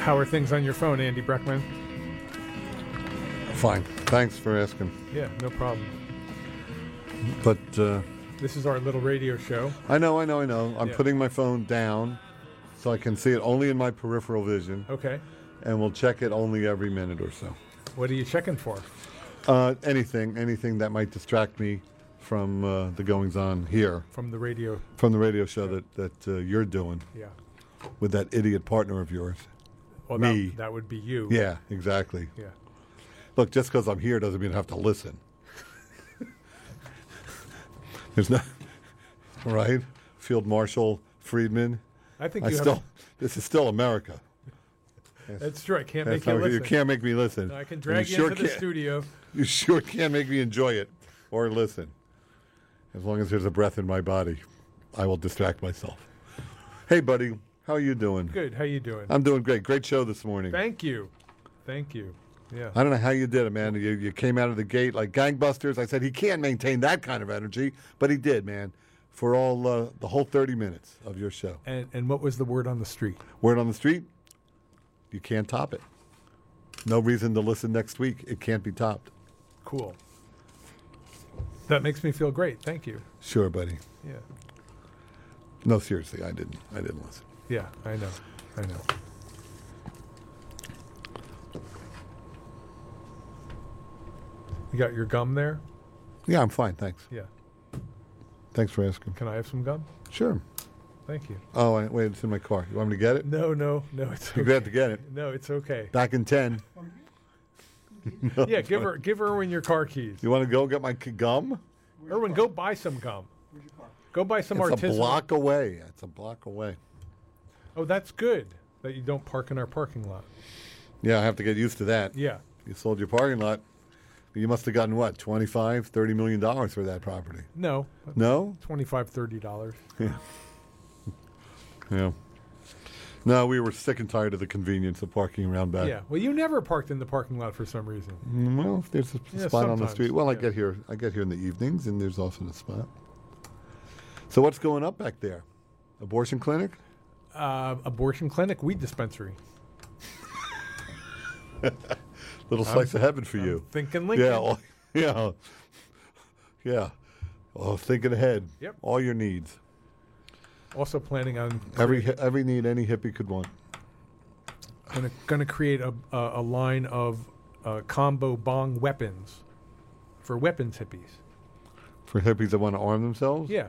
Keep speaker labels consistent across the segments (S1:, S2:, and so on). S1: How are things on your phone, Andy Breckman?
S2: Fine. Thanks for asking.
S1: Yeah, no problem.
S2: But uh,
S1: This is our little radio show.
S2: I know, I know, I know. I'm
S1: Yeah.
S2: putting my phone down so I can see it only in my peripheral vision,
S1: Okay.
S2: and we'll check it only every minute or so.
S1: What are you checking for?
S2: Uh, anything, anything that might distract me from uh, the goings on here,
S1: From the radio.
S2: from the radio show that, that uh, you're doing
S1: Yeah.
S2: with that idiot partner of yours.
S1: Well,
S2: Me.
S1: That, that would be you.
S2: Yeah, exactly.
S1: Yeah.
S2: Look, just because I'm here doesn't mean I have to listen. There's no right Field Marshal Friedman.
S1: I think
S2: I
S1: you
S2: still.
S1: have.
S2: This is still America.
S1: That's true. I can't make
S2: That's
S1: you
S2: how-
S1: listen.
S2: can't make me listen.
S1: I can
S2: And
S1: drag you,
S2: sure
S1: into the
S2: can't-
S1: studio.
S2: You sure can't make me enjoy it or listen. As long as there's a breath in my body, I will distract myself. Hey, buddy, how are you doing?
S1: Good. How you doing?
S2: I'm doing great. Great show this morning.
S1: Thank you. Thank you. Yeah.
S2: I don't know how you did it, man. You, you came out of the gate like gangbusters. I said he can't maintain that kind of energy, but he did, man. For all uh, the whole thirty minutes of your show,
S1: And and what was the word on the street?
S2: word on the street, you can't top it. No reason to listen next week. It can't be topped.
S1: Cool. That makes me feel great. Thank you.
S2: Sure, buddy.
S1: Yeah.
S2: No, seriously, I didn't. I didn't listen.
S1: Yeah. I know. I know. You got your gum there?
S2: Yeah, I'm fine. Thanks.
S1: Yeah.
S2: Thanks for asking.
S1: Can I have some gum?
S2: Sure.
S1: Thank you.
S2: Oh, I, wait, it's in my car. You want me to get it?
S1: No, no, no. It's okay.
S2: You're glad to get it.
S1: No, it's okay.
S2: Back in ten.
S1: Yeah, give her, give Erwin your car keys.
S2: You want to go get my c- gum?
S1: Erwin, go buy some gum. Go buy some
S2: It's a
S1: artisanal.
S2: block away. It's a block away.
S1: Oh, that's good that you don't park in our parking lot.
S2: Yeah, I have to get used to that.
S1: Yeah,
S2: You sold your parking lot. You must have gotten what, 25, 30 million dollars for that property.
S1: no,
S2: No?
S1: twenty-five, thirty dollars.
S2: Yeah. No, we were sick and tired of the convenience of parking around back.
S1: Yeah. Well, you never parked in the parking lot for some reason.
S2: Mm, Well, if there's a p-
S1: Yeah,
S2: spot on the
S1: sometimes,
S2: street. Well, I
S1: yeah.
S2: get here. I get here in the evenings, and there's often a spot. So what's going up back there? Abortion clinic?
S1: Uh, abortion clinic, weed dispensary.
S2: Little slice of heaven for you.
S1: Thinking Lincoln.
S2: Yeah, all, yeah, yeah. Oh, thinking ahead.
S1: Yep.
S2: All your needs.
S1: Also planning on
S2: Every hi- every need any hippie could want.
S1: gonna, gonna create a, a, a line of uh, combo bong weapons for weapons hippies.
S2: For hippies that want to arm themselves.
S1: Yeah.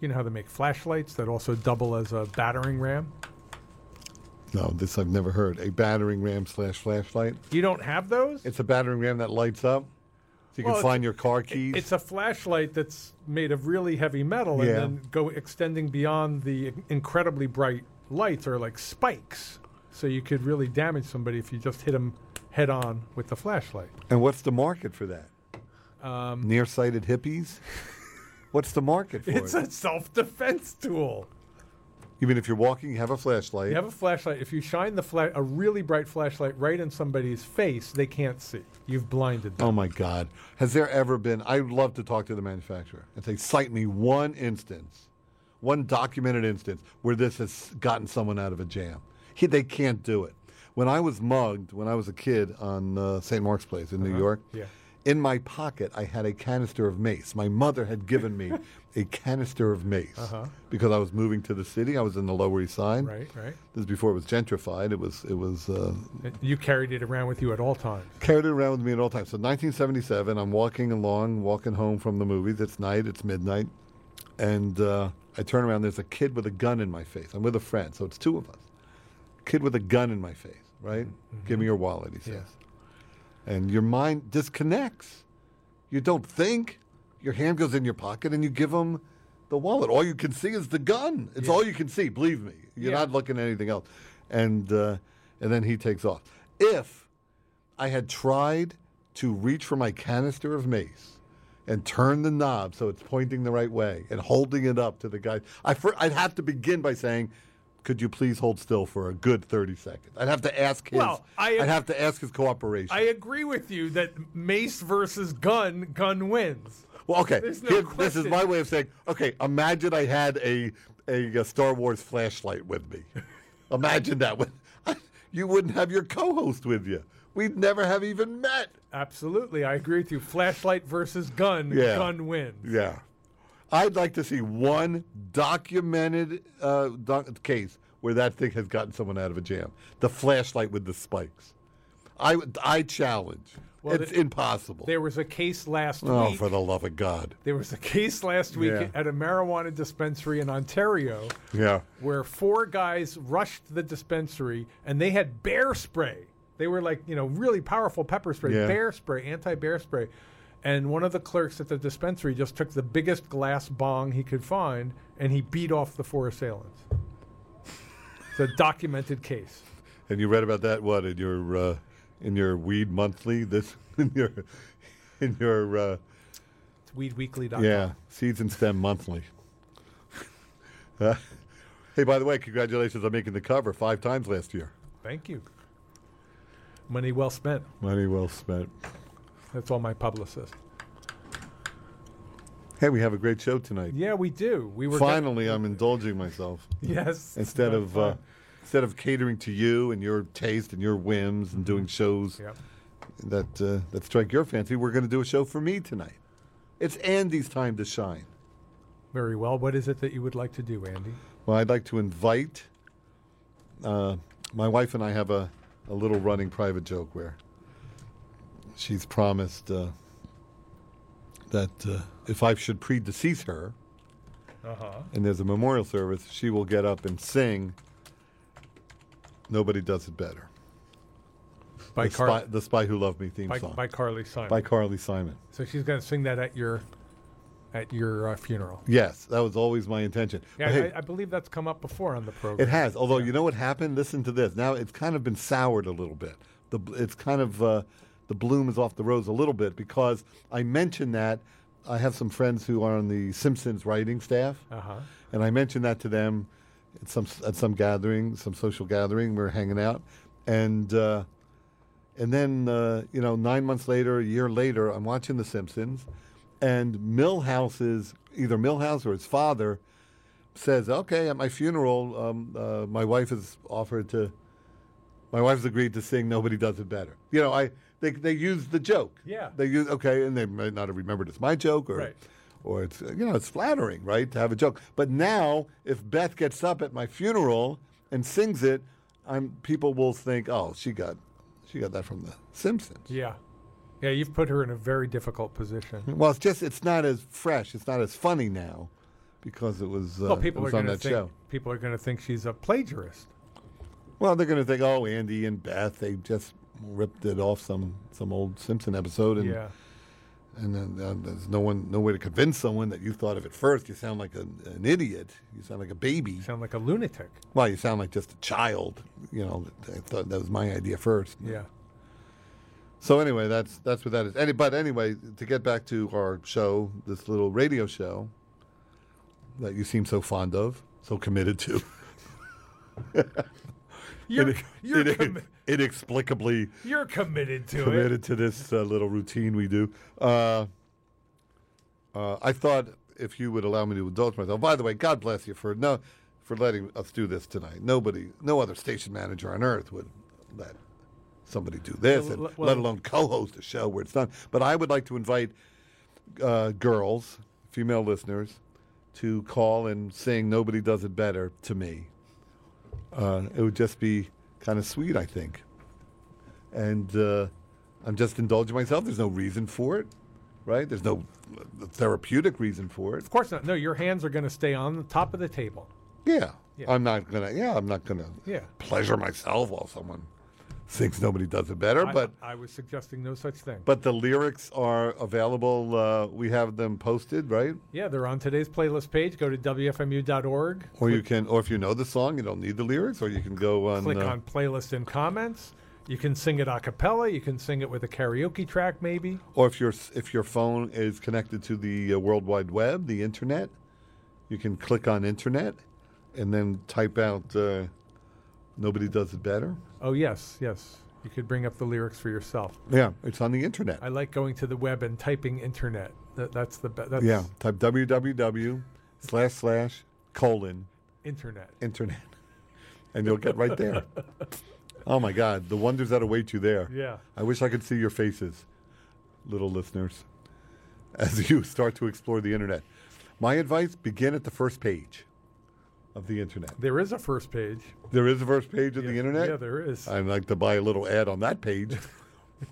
S1: You know how they make flashlights that also double as a battering ram?
S2: No, this I've never heard. A battering ram slash flashlight.
S1: You don't have those?
S2: It's a battering ram that lights up. So you
S1: Well,
S2: can
S1: it's-
S2: find your car keys.
S1: It's a flashlight that's made of really heavy metal and
S2: Yeah.
S1: then go extending beyond the incredibly bright lights are like spikes. So you could really damage somebody if you just hit them head on with the flashlight.
S2: and what's the market for that? Um, Nearsighted hippies. what's the market for
S1: It's
S2: it?
S1: a self-defense tool.
S2: Even if you're walking, you have a flashlight.
S1: You have a flashlight. If you shine the fla- a really bright flashlight right in somebody's face, they can't see. You've blinded them.
S2: Oh my God. Has there ever been? I'd love to talk to the manufacturer and say, cite me one instance, one documented instance where this has gotten someone out of a jam. He, they can't do it. When I was mugged when I was a kid on uh, St. Mark's Place in New York,
S1: Uh-huh. Yeah.
S2: in my pocket I had a canister of mace. My mother had given me a canister of mace because I was moving to the city. I was in the Lower East Side.
S1: Uh-huh. Right, right.
S2: This is before it was gentrified. It was it was uh,
S1: You carried it around with you at all times.
S2: carried it around with me at all times. So 1977, I'm walking along, walking home from the movies. It's night, it's midnight, and uh, I turn around. There's a kid with a gun in my face. I'm with a friend, so it's two of us. Kid with a gun in my face, right? Give me your wallet, he says. And your mind disconnects. You don't think. Your hand goes in your pocket, and you give him the wallet. All you can see is the gun. It's all you can see. Believe me, you're
S1: Yeah.
S2: not looking at anything else. And uh, and then he takes off. If I had tried to reach for my canister of mace and turn the knob so it's pointing the right way and holding it up to the guy. I fir- I'd have to begin by saying, "Could you please hold still for a good thirty seconds? I'd have to ask his.
S1: Well, I-
S2: would have to ask his cooperation.
S1: I agree with you that mace versus gun, gun wins.
S2: well, okay.
S1: there's no
S2: here- this is
S1: question.
S2: my way of saying, okay. Imagine I had a a, uh Star Wars flashlight with me. Imagine that. When, you wouldn't have your co host with you. We'd never have even met.
S1: Absolutely, I agree with you. Flashlight versus gun.
S2: Yeah.
S1: Gun wins.
S2: Yeah. I'd like to see one documented uh, doc- case where that thing has gotten someone out of a jam. The flashlight with the spikes. I, I challenge.
S1: Well,
S2: it's
S1: the-
S2: impossible.
S1: There was a case last
S2: Oh,
S1: week.
S2: for the love of God.
S1: There was a case last week
S2: Yeah.
S1: at a marijuana dispensary in Ontario
S2: Yeah.
S1: where four guys rushed the dispensary and they had bear spray. They were like, you know, really powerful pepper spray,
S2: Yeah.
S1: bear spray, anti bear spray. And one of the clerks at the dispensary just took the biggest glass bong he could find and he beat off the four assailants. It's a documented case.
S2: And you read about that what in your uh, in your Weed Monthly? This in your in your uh,
S1: It's weedweekly.com.
S2: yeah Seeds and Stem Monthly. Uh, hey, by the way, congratulations on making the cover five times last year.
S1: Thank you. Money well spent.
S2: Money well spent.
S1: That's all my publicist.
S2: Hey, we have a great show tonight.
S1: Yeah, we do. We were
S2: Finally, I'm indulging myself
S1: Yes.
S2: instead
S1: That's
S2: of uh,
S1: fine.
S2: instead of catering to you and your taste and your whims and
S1: Mm-hmm.
S2: doing shows
S1: Yep.
S2: that uh, that strike your fancy. We're going to do a show for me tonight. It's Andy's time to shine.
S1: Very well. What is it that you would like to do, Andy?
S2: Well, I'd like to invite. Uh, my wife and I have a, a little running private joke where she's promised uh, that uh, if I should predecease her
S1: Uh huh.
S2: and there's a memorial service, she will get up and sing Nobody Does It Better.
S1: By,
S2: the,
S1: Car-
S2: spy, the Spy Who Loved Me theme
S1: by,
S2: song
S1: by Carly Simon.
S2: by Carly Simon.
S1: so she's going to sing that at your at your uh, funeral.
S2: Yes, that was always my intention.
S1: Yeah,
S2: But hey,
S1: I, I believe that's come up before on the program.
S2: It has. Although you know what happened? Listen to this. Now it's kind of been soured a little bit. The bl- it's kind of uh, the bloom is off the rose a little bit because I mentioned that I have some friends who are on the Simpsons writing staff,
S1: Uh huh.
S2: and I mentioned that to them at some at some gathering, some social gathering. We were hanging out, and uh, and then uh, you know nine months later, a year later, I'm watching The Simpsons, and Millhouse's either Millhouse or his father says, "Okay, at my funeral, um, uh, my wife has offered to, my wife's agreed to sing Nobody Does It Better." You know, I they they use the joke.
S1: Yeah.
S2: they use okay, and they might not have remembered it's my joke or.
S1: Right.
S2: Or it's uh, you know it's flattering, right, to have a joke. But now, if Beth gets up at my funeral and sings it, I'm people will think, oh, she got, she got that from The Simpsons.
S1: Yeah. Yeah, you've put her in a very difficult position.
S2: Well, it's just it's not as fresh, it's not as funny now, because it was uh,
S1: well, people are
S2: it was on
S1: going to think
S2: that show.
S1: people are going to think she's a plagiarist.
S2: Well, they're going to think, oh, Andy and Beth, they just ripped it off some some old Simpson episode, and
S1: Yeah.
S2: and then uh, there's no one, no way to convince someone that you thought of it first. You sound like an, an idiot. You sound like a baby.
S1: You sound like a lunatic.
S2: Well, you sound like just a child. You know, I thought that was my idea first.
S1: Yeah.
S2: So anyway, that's that's what that is. Any, but anyway, to get back to our show, this little radio show that you seem so fond of, so committed to.
S1: You're you're,
S2: Inex-
S1: commi-
S2: inexplicably
S1: you're committed to it.
S2: committed to this uh, little routine we do. Uh, uh, I thought if you would allow me to indulge myself. By the way, God bless you for no for letting us do this tonight. Nobody, no other station manager on earth would let somebody do this, and
S1: Well, well-
S2: let alone co-host a show where it's done. But I would like to invite uh, girls, female listeners, to call and sing "Nobody Does It Better" to me. Uh, it would just be kind of sweet, I think. And uh, I'm just indulging myself. There's no reason for it, right? There's no uh, therapeutic reason for it.
S1: Of course not. No, your hands are going to stay on the top of the table.
S2: Yeah,
S1: Yeah.
S2: I'm not gonna. Yeah, I'm not gonna
S1: Yeah.
S2: pleasure myself while someone thinks nobody does it better.
S1: I-
S2: but
S1: I was suggesting no such thing.
S2: but the lyrics are available. Uh, we have them posted, right?
S1: Yeah, they're on today's playlist page. Go to WFMU.org,
S2: Or you can, or if you know the song, you don't need the lyrics, or you can go on.
S1: click
S2: uh,
S1: on playlist and comments. You can sing it a cappella, you can sing it with a karaoke track, maybe.
S2: Or if your if your phone is connected to the uh, World Wide Web, the internet, you can click on internet, and then type out uh, "Nobody Does It Better."
S1: Oh, yes, yes. You could bring up the lyrics for yourself.
S2: Yeah, it's on the internet.
S1: I like going to the web and typing internet. That, that's the best. That's
S2: yeah, type www slash slash colon
S1: internet.
S2: internet. and you'll get right there. Oh my God, the wonders that await you there.
S1: Yeah.
S2: I wish I could see your faces, little listeners, as you start to explore the internet. My advice begin at the first page of the internet.
S1: There is a first page.
S2: There is a first page of the internet.
S1: Yeah, there is.
S2: I'd like to buy a little ad on that page.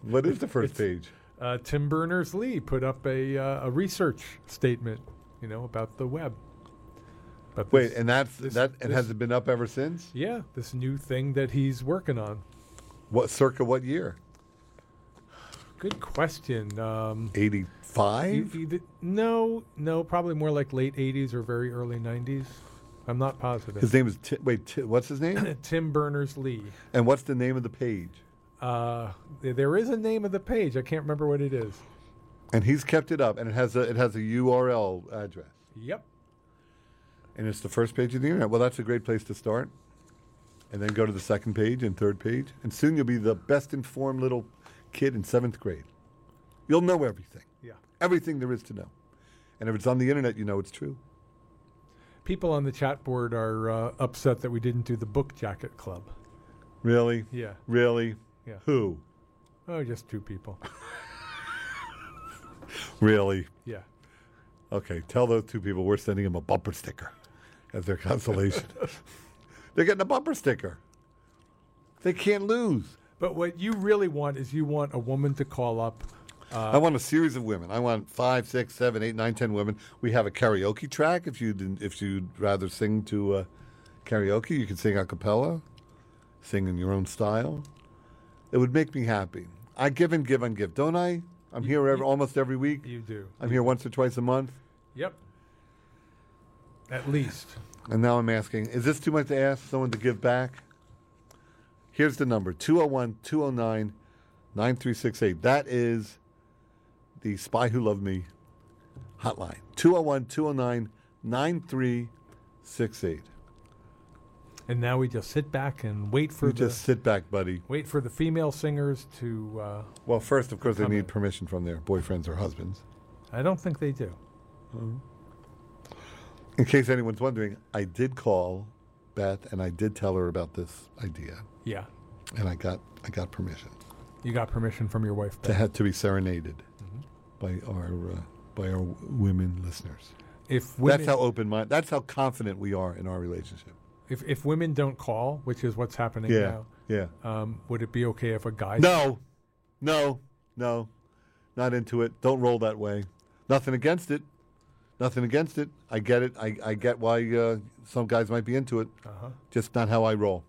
S2: what is the first page?
S1: Uh, Tim Berners Lee put up a, uh, a research statement, you know, about the web. About this-
S2: Wait, and that's
S1: this-
S2: that and
S1: this-
S2: has it been up ever since?
S1: yeah, this new thing that he's working on.
S2: What circa what year?
S1: Good question. Um,
S2: Eighty
S1: You-
S2: five?
S1: you did- no, no, probably more like late 80s or very early 90s. I'm not positive.
S2: His name is Ti wait, Ti what's his name?
S1: Tim Berners Lee.
S2: and what's the name of the page?
S1: Uh, th- there is a name of the page. I can't remember what it is.
S2: And he's kept it up and it has a it has a URL address.
S1: Yep.
S2: And it's the first page of the internet. Well that's a great place to start. And then go to the second page and third page. And soon you'll be the best informed little kid in seventh grade. You'll know everything.
S1: Yeah.
S2: Everything there is to know. And if it's on the internet, you know it's true.
S1: People on the chat board are uh, upset that we didn't do the book jacket club.
S2: Really?
S1: Yeah.
S2: Really?
S1: Yeah.
S2: Who?
S1: Oh, just two people.
S2: Really?
S1: Yeah.
S2: Okay, tell those two people we're sending them a bumper sticker as their consolation. They're getting a bumper sticker. They can't lose.
S1: But what you really want is you want a woman to call up. Uh,
S2: I want a series of women. I want five, six, seven, eight, nine, ten women. We have a karaoke track. If you'd if you'd rather sing to uh, karaoke, you can sing a cappella, sing in your own style. It would make me happy. I give and give and give, don't I? I'm here every, almost every week.
S1: You do.
S2: I'm here once or twice a month.
S1: Yep. At least.
S2: And now I'm asking, is this too much to ask someone to give back? Here's the number 201 209 9368. That is the Spy Who Loved Me hotline 201 209 9368.
S1: And now we just sit back and wait for
S2: You
S1: the
S2: just sit back, buddy.
S1: wait for the female singers to. Uh,
S2: Well, first, of course, they
S1: Come
S2: need
S1: in.
S2: permission from their boyfriends or husbands.
S1: I don't think they do.
S2: In case anyone's wondering, I did call Beth and I did tell her about this idea,
S1: Yeah.
S2: and I got, I got permission.
S1: You got permission from your wife.
S2: to
S1: Beth.
S2: have to be serenaded by our uh, by our w- women listeners.
S1: If women,
S2: That's how open mind. That's how confident we are in our relationship.
S1: if, if women don't call, which is what's happening
S2: Yeah, yeah.
S1: now, um, would it be okay if a guy?
S2: No, no, no, not into it. Don't roll that way. Nothing against it. Nothing against it. I get it. I, I get why uh, some guys might be into it.
S1: Uh-huh.
S2: Just not how I roll.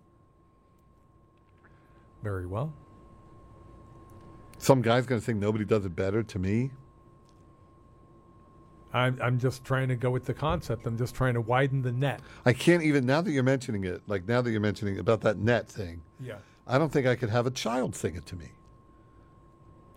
S1: Very well.
S2: Some guy's gonna think nobody does it better to me.
S1: I'm I'm just trying to go with the concept. I'm just trying to widen the net.
S2: I can't even now that you're mentioning it. Like now that you're mentioning about that net thing.
S1: Yeah.
S2: I don't think I could have a child sing it to me.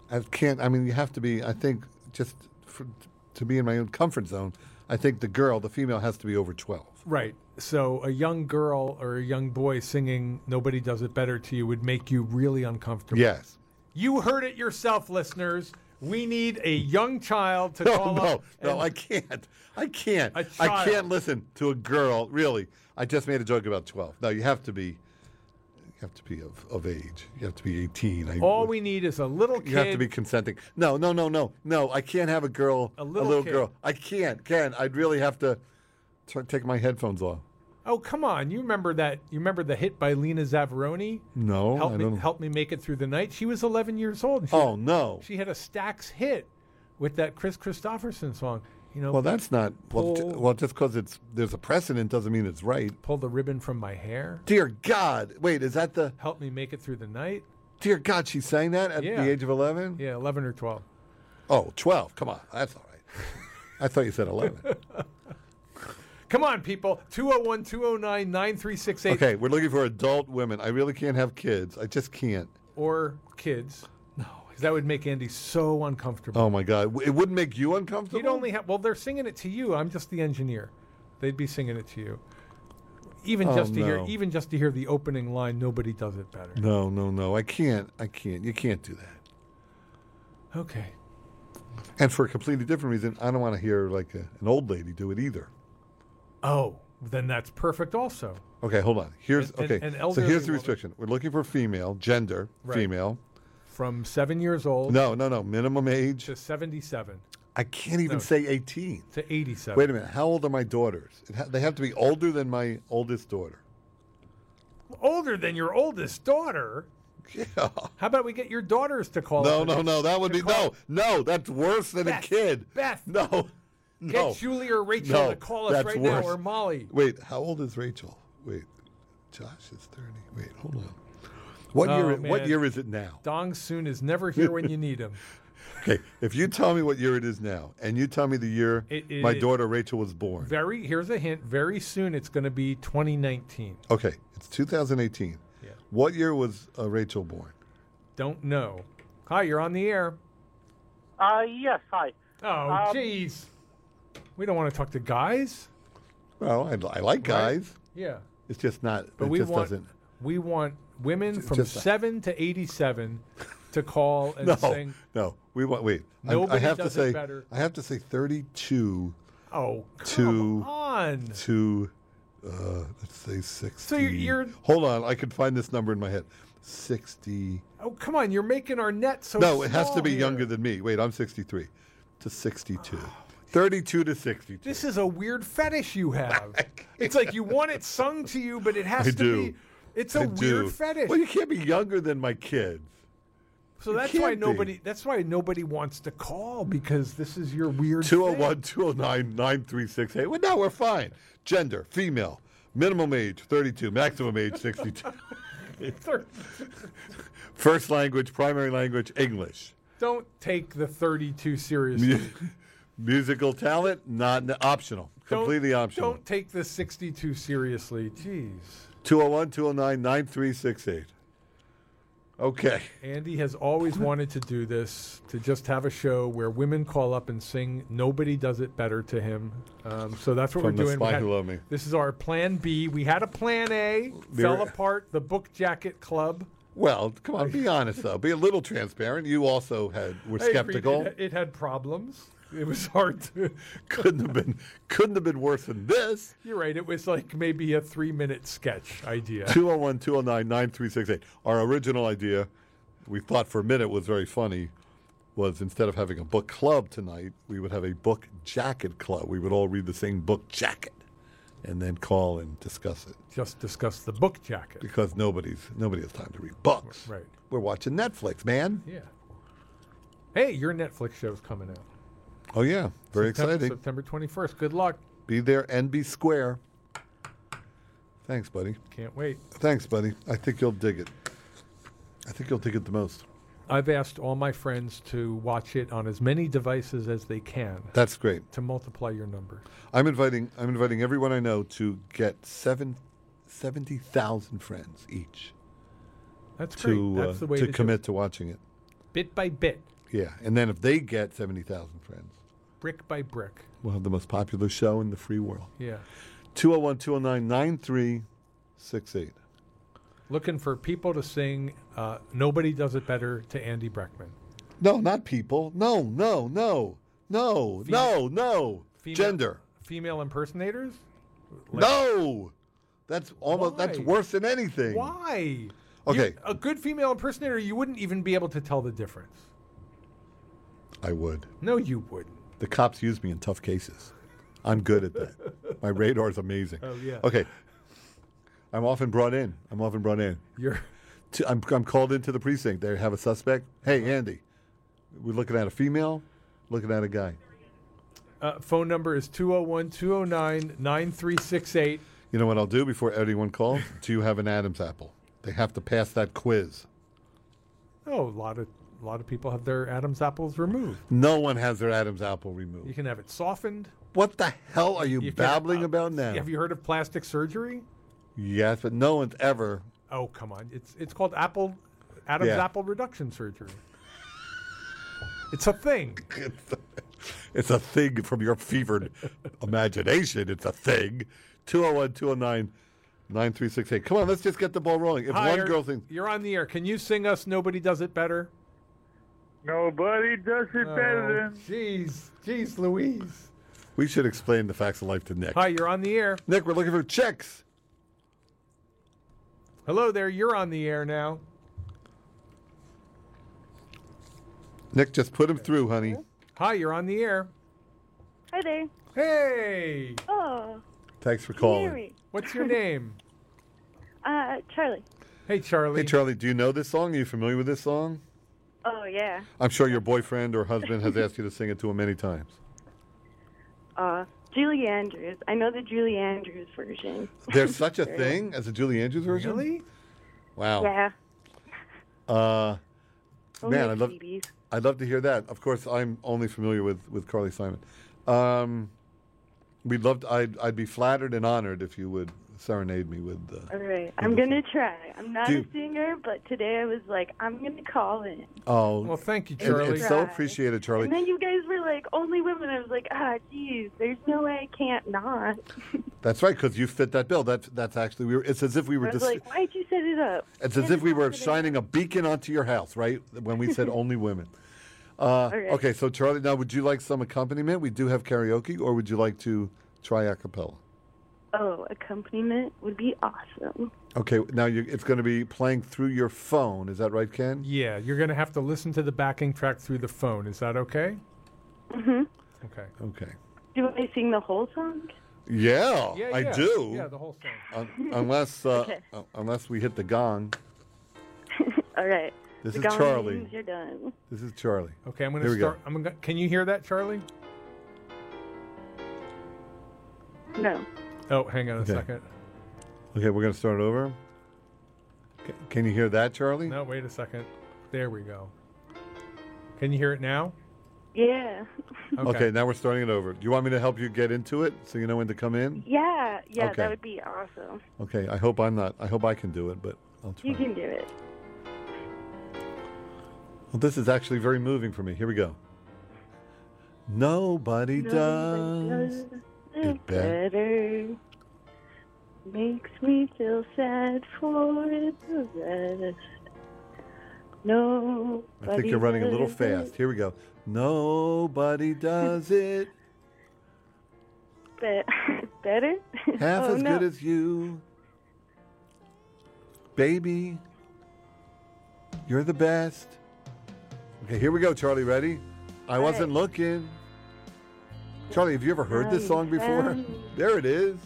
S2: I can't. I mean, you have to be. I think just for, to be in my own comfort zone. I think the girl, the female, has to be over twelve.
S1: Right. So a young girl or a young boy singing "Nobody Does It Better" to you would make you really uncomfortable.
S2: Yes.
S1: You heard it yourself, listeners. We need a young child to
S2: No,
S1: call
S2: no,
S1: up.
S2: no.
S1: uh, and-
S2: I can't. I can't.
S1: A
S2: I can't
S1: child.
S2: listen to a girl. Really. I just made a joke about twelve. No, you have to be. You have to be of, of age. You have to be eighteen. I,
S1: all we need is a little kid.
S2: You have to be consenting. No, no, no, no, no. I can't have a girl.
S1: A little kid.
S2: girl. I can't. Can I'd really have to t- take my headphones off.
S1: Oh come on! You remember that? You remember the hit by Lena Zavaroni?
S2: No,
S1: help
S2: I
S1: me,
S2: don't.
S1: help me make it through the night. She was 11 years old. and She,
S2: Oh no.
S1: she had a Stax hit with that Chris Christopherson song. You know,
S2: Well, that's not. Well, j-
S1: Pull-
S2: well, just because it's there's a precedent doesn't mean it's right.
S1: pull the ribbon from my hair.
S2: Dear God, wait, is that the?
S1: Help me make it through the night.
S2: Dear God, she sang that at
S1: Yeah.
S2: the age of eleven.
S1: Yeah, 11 or 12.
S2: Oh, 12. Come on, that's all right. I thought you said eleven.
S1: Come on, people! 201 209 9368
S2: okay, we're looking for adult women. I really can't have kids. I just can't.
S1: or kids. No, that would make Andy so uncomfortable.
S2: Oh my God, W- it wouldn't make you uncomfortable.
S1: You'd only have well, they're singing it to you. I'm just the engineer. They'd be singing it to you. Even
S2: Oh,
S1: just to hear,
S2: no.
S1: even just to hear the opening line, nobody does it better.
S2: No, no, no. I can't. I can't. You can't do that.
S1: Okay.
S2: And for a completely different reason, I don't want to hear like a, an old lady do it either.
S1: Oh, then that's perfect also.
S2: Okay, hold on. Here's
S1: And- and-
S2: okay.
S1: and
S2: so
S1: elderly
S2: here's the
S1: woman-
S2: restriction. We're looking for female, gender,
S1: Right.
S2: female.
S1: From seven years old
S2: No, no, no. Minimum age.
S1: to 77
S2: I can't even
S1: No.
S2: say 18.
S1: to 87.
S2: Wait a minute. How old are my daughters? It ha- they have to be older than my oldest daughter.
S1: Older than your oldest daughter.
S2: Yeah.
S1: How about we get your daughters to call?
S2: No,
S1: up
S2: no,
S1: and
S2: no. That would be no, no. That's worse than
S1: Beth,
S2: a kid.
S1: Beth.
S2: No,
S1: Get
S2: no.
S1: Julie or Rachel
S2: No,
S1: to call us
S2: that's
S1: right
S2: worse.
S1: now, or Molly.
S2: Wait, how old is Rachel? Wait, Josh is 30. Wait, hold on. What
S1: Oh,
S2: year? What
S1: man.
S2: year is it now?
S1: Dong Soon is never here when you need him.
S2: Okay, if you tell me what year it is now, and you tell me the year
S1: It- it-
S2: my
S1: it-
S2: daughter Rachel was born.
S1: Very here's a hint. Very soon it's going to be 2019.
S2: Okay, it's 2018.
S1: Yeah.
S2: What year was uh, Rachel born?
S1: Don't know. Hi, you're on the air.
S3: Uh, yes, hi.
S1: Oh,
S3: Um,
S1: jeez. we don't want to talk to guys.
S2: Well, I, I like guys.
S1: Yeah,
S2: It's just not.
S1: but
S2: it
S1: we
S2: just
S1: want
S2: doesn't.
S1: we want women from
S2: just-
S1: seven to 87 to call and
S2: No,
S1: sing.
S2: no. We want. Wait. I- I,
S1: Nobody
S2: have to
S1: does it
S2: say.
S1: better.
S2: I have to say 32
S1: Oh, come
S2: To-
S1: on.
S2: to, uh, let's say 60.
S1: you're-
S2: Hold on. I can find this number in my head. 60.
S1: Oh, come on. You're making our net so.
S2: No, it has to
S1: small
S2: be
S1: here.
S2: younger than me. Wait, I'm 63. To 62. 32 to 62.
S1: This is a weird fetish you have. it's like you want it sung to you, but it has
S2: I
S1: to
S2: do.
S1: be. It's a
S2: I
S1: weird
S2: do.
S1: fetish.
S2: Well, you can't be younger than my kids.
S1: so
S2: you
S1: that's why
S2: can't be.
S1: nobody. That's why nobody wants to call because this is your weird. thing.
S2: 201 209 9368. Well, no, we're fine. Gender, female. Minimum age, 32. Maximum age, 62. First language, primary language, English.
S1: Don't take the 32 seriously.
S2: Musical talent, not n- optional.
S1: Don't-
S2: Completely optional.
S1: Don't take the 62 seriously. Jeez.
S2: 201 209 9368. Okay.
S1: Andy has always wanted to do this, to just have a show where women call up and sing. Nobody does it better to him. Um, so that's what
S2: From
S1: we're
S2: the
S1: doing. We
S2: spy who loved me.
S1: This is our plan B. We had a plan A,
S2: There-
S1: fell apart, the book jacket club.
S2: Well, come on, be honest though. Be a little transparent. You also had were
S1: I agree,
S2: skeptical.
S1: It, it had problems. It was hard to.
S2: couldn't have been couldn't have been worse than this.
S1: You're right. It was like maybe a three minute sketch idea.
S2: 201 209 9368. Our original idea, we thought for a minute was very funny, was instead of having a book club tonight, we would have a book jacket club. We would all read the same book jacket and then call and discuss it
S1: Just discuss the book jacket.
S2: because nobody's nobody has time to read books.
S1: Right.
S2: We're watching Netflix, man.
S1: Yeah. Hey, your Netflix show's coming out.
S2: Oh, yeah. Very
S1: Septem-
S2: exciting.
S1: September 21st. Good luck.
S2: Be there and be square. Thanks, buddy.
S1: Can't wait.
S2: Thanks, buddy. I think you'll dig it. I think you'll dig it the most.
S1: I've asked all my friends to watch it on as many devices as they can
S2: That's great.
S1: to multiply your numbers.
S2: I'm inviting I'm inviting everyone I know to get seven, 70,000 friends each
S1: That's great.
S2: to
S1: That's
S2: uh,
S1: the way
S2: to
S1: do it.
S2: commit to watching it.
S1: bit by bit,
S2: Yeah, and then if they get 70,000 friends,
S1: brick by brick.
S2: we'll have the most popular show in the free world.
S1: Yeah.
S2: 201-209-9368.
S1: Looking for people to sing uh, Nobody Does It Better to Andy Breckman.
S2: No, not people. No, no, no. No, no, no.
S1: Female-
S2: Gender.
S1: Female impersonators?
S2: no. That's almost that's
S1: Why?
S2: worse than anything.
S1: Why? You-
S2: Okay.
S1: a good female impersonator, you wouldn't even be able to tell the difference.
S2: I would.
S1: No, you wouldn't.
S2: The cops use me in tough cases. I'm good at that. My radar is amazing.
S1: Oh, yeah.
S2: Okay. I'm often brought in. I'm often brought in.
S1: You're.
S2: To, I'm, I'm called into the precinct. They have a suspect. Hey,
S1: Uh-huh.
S2: Andy, we're looking at a female, looking at a guy.
S1: Uh, phone number is 201 209 9368.
S2: You know what I'll do before anyone calls? do you have an Adam's apple? They have to pass that quiz.
S1: Oh, a lot of a lot of people have their Adam's apples removed.
S2: No one has their Adam's apple
S1: You
S2: removed.
S1: can have it softened.
S2: What the hell are you,
S1: You can-
S2: babbling
S1: uh,
S2: about now?
S1: Have you heard of plastic surgery?
S2: yes, but no one's ever.
S1: Oh, come on. It's it's called apple Adam's
S2: Yeah.
S1: apple reduction surgery. It's a thing.
S2: It's a thing from your fevered imagination. It's a thing. 201 209 9368. Come on, let's just get the ball rolling. If
S1: Hi,
S2: one
S1: you're-
S2: girl thinks,
S1: You're on the air. Can you sing us Nobody Does It Better?
S3: Nobody does it
S1: Oh,
S3: better than.
S1: Jeez. Jeez Louise.
S2: We should explain the facts of life to Nick.
S1: Hi, you're on the air.
S2: Nick, we're looking for chicks.
S1: Hello there, you're on the air now.
S2: Nick, just put him through, honey.
S1: Hi, you're on the air.
S4: Hi there.
S1: Hey,
S4: Oh,
S2: Thanks for
S4: can you hear
S2: calling.
S4: me?
S1: what's your name?
S4: Uh, Charlie.
S1: Hey, Charlie.
S2: Hey, Charlie, do you know this song? Are you familiar with this song?
S4: Oh yeah.
S2: I'm sure your boyfriend or husband has asked you to sing it to him many times.
S4: Uh, Julie Andrews. I know the Julie Andrews version.
S2: There's such a thing as a Julie Andrews version?
S1: Really?
S2: Wow.
S4: Yeah.
S2: Uh,
S4: Only
S2: Man, I love-
S4: CDs.
S2: I'd love to hear that. Of course, I'm only familiar with, with Carly Simon. Um, we'd love to, I'd, I'd be flattered and honored if you would serenade me with. Uh,
S4: All right, I'm gonna try. I'm not
S2: Dude.
S4: a singer, but today I was like, I'm gonna call in.
S2: oh,
S1: Well, thank you,
S2: it-
S1: Charlie.
S2: it's so
S4: Right.
S2: appreciated, Charlie.
S4: And then you guys were like, only women. I was like, ah, geez, there's no way I can't not.
S2: That's right, because you fit that bill. That, that's actually, we were, it's as if we
S4: I
S2: were
S4: was
S2: just.
S4: like, why'd you set it up?
S2: It's as if we were shining a beacon onto your house, right? When we said only women. Uh,
S4: Okay.
S2: okay, so Charlie, now would you like some accompaniment? We do have karaoke, or would you like to try a cappella?
S4: Oh, accompaniment would be awesome.
S2: Okay, now you, it's going to be playing through your phone. Is that right, Ken?
S1: Yeah, you're going to have to listen to the backing track through the phone. Is that okay? Mm-hmm. Okay.
S2: Okay.
S4: Do I sing the whole song?
S2: Yeah,
S1: Yeah,
S2: I
S1: yeah.
S2: do.
S1: Yeah, the whole song.
S2: Un- unless uh,
S4: Okay.
S2: uh, unless we hit the gong.
S4: All right.
S2: This
S4: The
S2: is
S4: gong
S2: Charlie.
S4: means You're done.
S2: This is Charlie.
S1: Okay, I'm going
S2: Here
S1: to
S2: we go.
S1: start. I'm gonna, can you hear that, Charlie?
S4: No.
S1: Oh, hang on a
S2: Okay.
S1: second.
S2: Okay, we're going to start over. C- Can you hear that, Charlie?
S1: No, wait a second. There we go. Can you hear it now?
S4: Yeah.
S2: Okay. now we're starting it over. Do you want me to help you get into it so you know when to come in?
S4: Yeah. Yeah.
S2: Okay.
S4: That would be awesome.
S2: Okay, I hope I'm not. I hope I can do it, but I'll try.
S4: You can do it.
S2: Well, this is actually very moving for me. Here we go. Nobody,
S4: Nobody
S2: does.
S4: it
S2: it better.
S4: better. Makes me feel sad for the rest. No.
S2: I think you're running a little fast. Here we go. Oh, Nobody does it
S4: better?
S2: half
S4: oh,
S2: as
S4: no.
S2: good as you. Baby, you're the best. Okay, here we go, Charlie. Ready? I wasn't looking. Charlie, have you ever heard this song before?
S4: Um,
S2: There it is.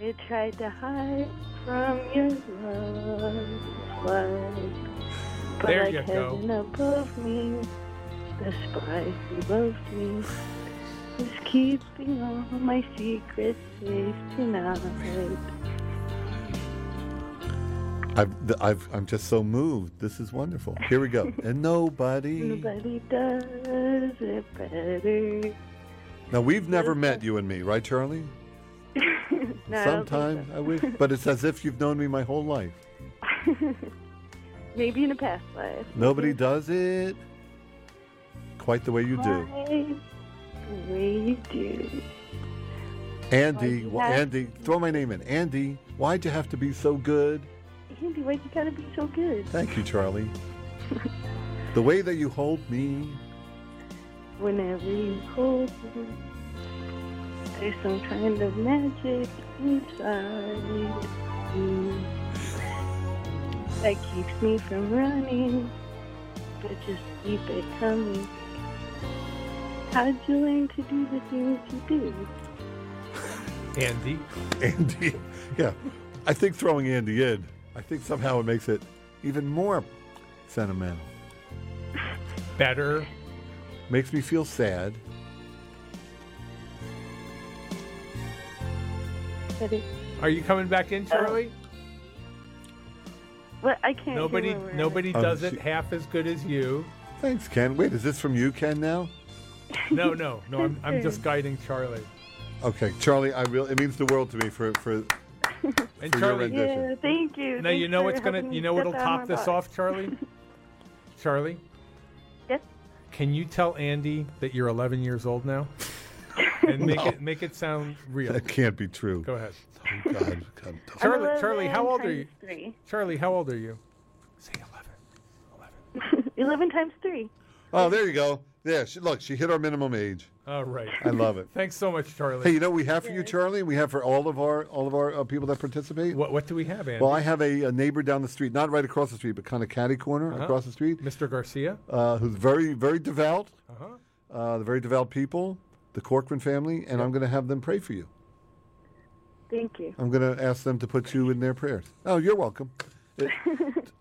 S4: It tried to hide from your love, love. But
S1: There
S4: like
S1: you go.
S4: heaven above me, the spy who loved me is keeping all my secrets safe tonight.
S2: I've, th- I've, I'm just so moved. This is wonderful. Here we go. And nobody.
S4: Nobody does it better.
S2: Now we've never met you and me, right, Charlie?
S4: No, I don't think
S2: Sometime I wish, but it's as if you've known me my whole life.
S4: so. Maybe in a past life.
S2: Nobody does it quite the way you do,
S4: Why The way you do.
S2: Andy.
S4: you
S2: wh-
S4: have-
S2: Andy, throw my name in. Andy, why'd you have to be so good?
S4: Andy, why'd you gotta be so good?
S2: Thank you, Charlie. the way that you hold me.
S4: Whenever you hold me, there's some kind of magic inside you that keeps me from running, but just keep it coming. How'd you learn to do the things you do?
S1: Andy.
S2: Andy. Yeah. I think throwing Andy in, I think somehow it makes it even more sentimental.
S1: Better.
S2: Makes me feel sad.
S4: But it,
S1: Are you coming back in, Charlie?
S4: well, I can't. hear
S1: nobody
S4: where we're at.
S1: nobody
S2: Oh,
S1: does
S2: she-
S1: it half as good as you.
S2: Thanks, Ken. Wait, is this from you, Ken, now?
S1: No, no, no. I'm, I'm just guiding Charlie.
S2: Okay, Charlie, I really it means the world to me for for
S1: And
S2: For your
S1: Charlie,
S2: rendition.
S4: Yeah, thank you.
S1: now you
S4: Thanks
S1: know
S4: for
S1: what's gonna
S4: helping
S1: you
S4: me
S1: know
S4: step
S1: what'll
S4: out of
S1: top
S4: my
S1: this
S4: box.
S1: off, Charlie. Charlie,
S4: Yes.
S1: can you tell Andy that you're 11 years old now, and make it make it sound real?
S2: that can't be true.
S1: Go ahead,
S2: Oh, God, God, don't-
S4: I'm
S1: Charlie. Charlie,
S4: 11
S1: how old are
S4: times
S1: you?
S4: Three.
S1: Charlie, how old are you? Say 11. 11.
S4: 11 times 3.
S2: Oh, there you go. Yeah, she, look, she hit our minimum age.
S1: All right.
S2: I love it.
S1: Thanks so much, Charlie.
S2: Hey, you know what we have for you, Charlie. We have for all of our all of our uh, people that participate.
S1: what, what do we have, Andy?
S2: Well, I have a, a neighbor down the street, not right across the street, but kind of catty corner
S1: Uh-huh.
S2: across the street,
S1: Mr. Garcia.
S2: uh, who's very very devout.
S1: Uh-huh.
S2: Uh, the very devout people, the Corcoran family, and I'm going to have them pray for you.
S4: Thank you.
S2: I'm going to ask them to put you in their prayers. Oh, you're welcome. It-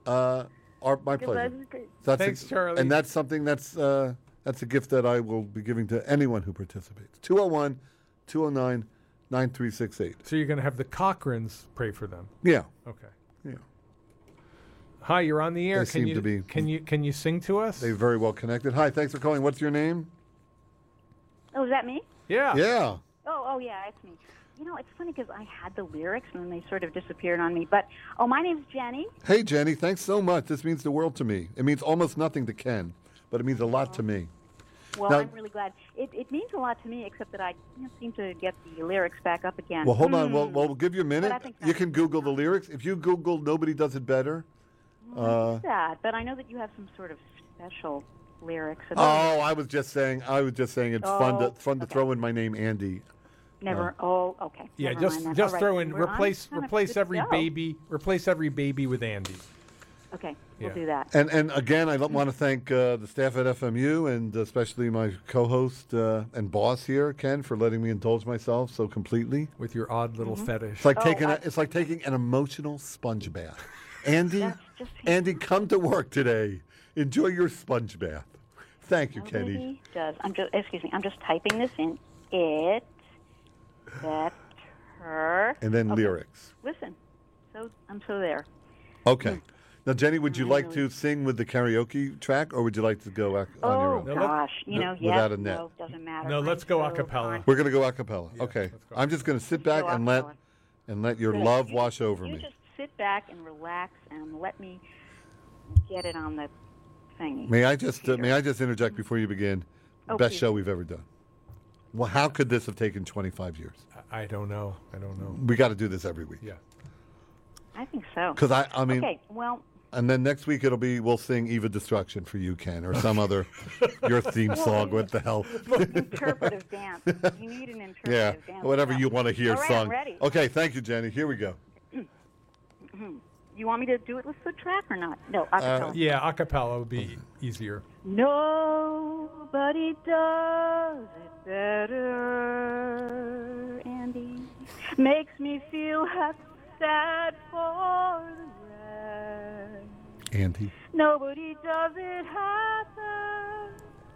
S2: uh, our, my
S4: Goodbye,
S2: pleasure.
S4: this is great.
S2: That's
S1: Thanks, Charlie.
S2: And that's something that's uh, that's a gift that I will be giving to anyone who participates. 201 209 9368.
S1: So you're going to have the Cochrans pray for them.
S2: Yeah.
S1: Okay.
S2: Yeah.
S1: Hi, you're on the air.
S2: They
S1: can
S2: seem
S1: you
S2: to be-
S1: can you can you sing to us?
S2: They're very well connected. Hi, thanks for calling. What's your name?
S5: Oh, is that me?
S1: yeah.
S2: Yeah.
S5: Oh, oh yeah, it's me. You know, it's funny because I had the lyrics and then they sort of disappeared on me. But oh, my name's Jenny.
S2: Hey, Jenny, thanks so much. This means the world to me. It means almost nothing to Ken, but it means a lot to me.
S5: Well,
S2: Now-
S5: I'm really glad. It, it means a lot to me, except that I can't seem to get the lyrics back up again. Hmm.
S2: Well, hold on. We'll, we'll give you a minute.
S5: I think
S2: You
S5: that's-
S2: can Google the lyrics. If you Google Nobody Does It Better, uh,
S5: that, but I know that you have some sort of special lyrics. and
S2: Oh, I was just saying. I was just saying it's fun to
S5: Oh,
S2: fun to
S5: okay.
S2: throw in my name, Andy.
S5: never. Oh, okay.
S1: Yeah,
S5: never
S1: just
S5: mind that.
S1: just
S5: All right,
S1: throw in
S5: we're on
S1: replace
S5: kind of
S1: replace
S5: good
S1: every
S5: show.
S1: baby replace every baby with Andy.
S5: Okay, we'll
S1: Yeah.
S5: do that.
S2: And and again, I want to thank uh, the staff at FMU and especially my co-host uh, and boss here, Ken, for letting me indulge myself so completely.
S1: with your odd little fetish.
S2: It's
S5: Oh,
S2: like taking a, it's like taking an emotional sponge bath. Andy,
S5: That's just
S2: Andy, come to work today. Enjoy your sponge bath. Thank you,
S5: Nobody
S2: Kenny.
S5: Does I'm just excuse me. I'm just typing this in. It better.
S2: And then lyrics.
S5: Listen, so I'm so there.
S2: Okay. Now, Jenny, would you like to sing with the karaoke track, or would you like to go ac- on your
S5: Oh
S2: own?
S1: No, let-
S5: gosh, you
S2: no,
S5: know,
S2: without
S5: yes,
S2: a net.
S5: no, doesn't matter.
S1: No,
S5: I'm
S1: let's go
S5: so
S1: a cappella.
S5: on-
S2: We're gonna go a cappella. okay.
S1: let's go
S2: I'm just gonna sit back
S5: go a
S2: and let
S5: cappella.
S2: and let your
S5: Good.
S2: love
S5: You-
S2: wash over
S5: you
S2: me.
S5: just sit back and relax and let me get it on the thingy.
S2: may I just uh, may I just interject before you begin?
S5: Mm-hmm. Oh,
S2: Best
S5: please.
S2: show we've ever done. Well, how could this have taken 25 years?
S1: I don't know. I don't know.
S2: We got to do this every week.
S1: Yeah.
S5: I think so.
S2: Because I, I mean,
S5: Okay, well,
S2: and then next week it'll be we'll sing "Eva Destruction" for you, Ken, or some other your theme song. What the hell?
S5: interpretive dance. You need an interpretive
S2: yeah,
S5: dance.
S2: whatever
S5: So-
S2: you want to hear
S5: All right,
S2: sung.
S5: I'm ready.
S2: Okay, thank you, Jenny. Here we go.
S5: You want me to do it with the track or not? No,
S2: Uh,
S5: a cappella.
S1: Yeah, a cappella would be easier.
S5: Nobody does it better, Andy. Makes me feel half sad for the rest.
S2: Andy,
S5: Nobody does it half as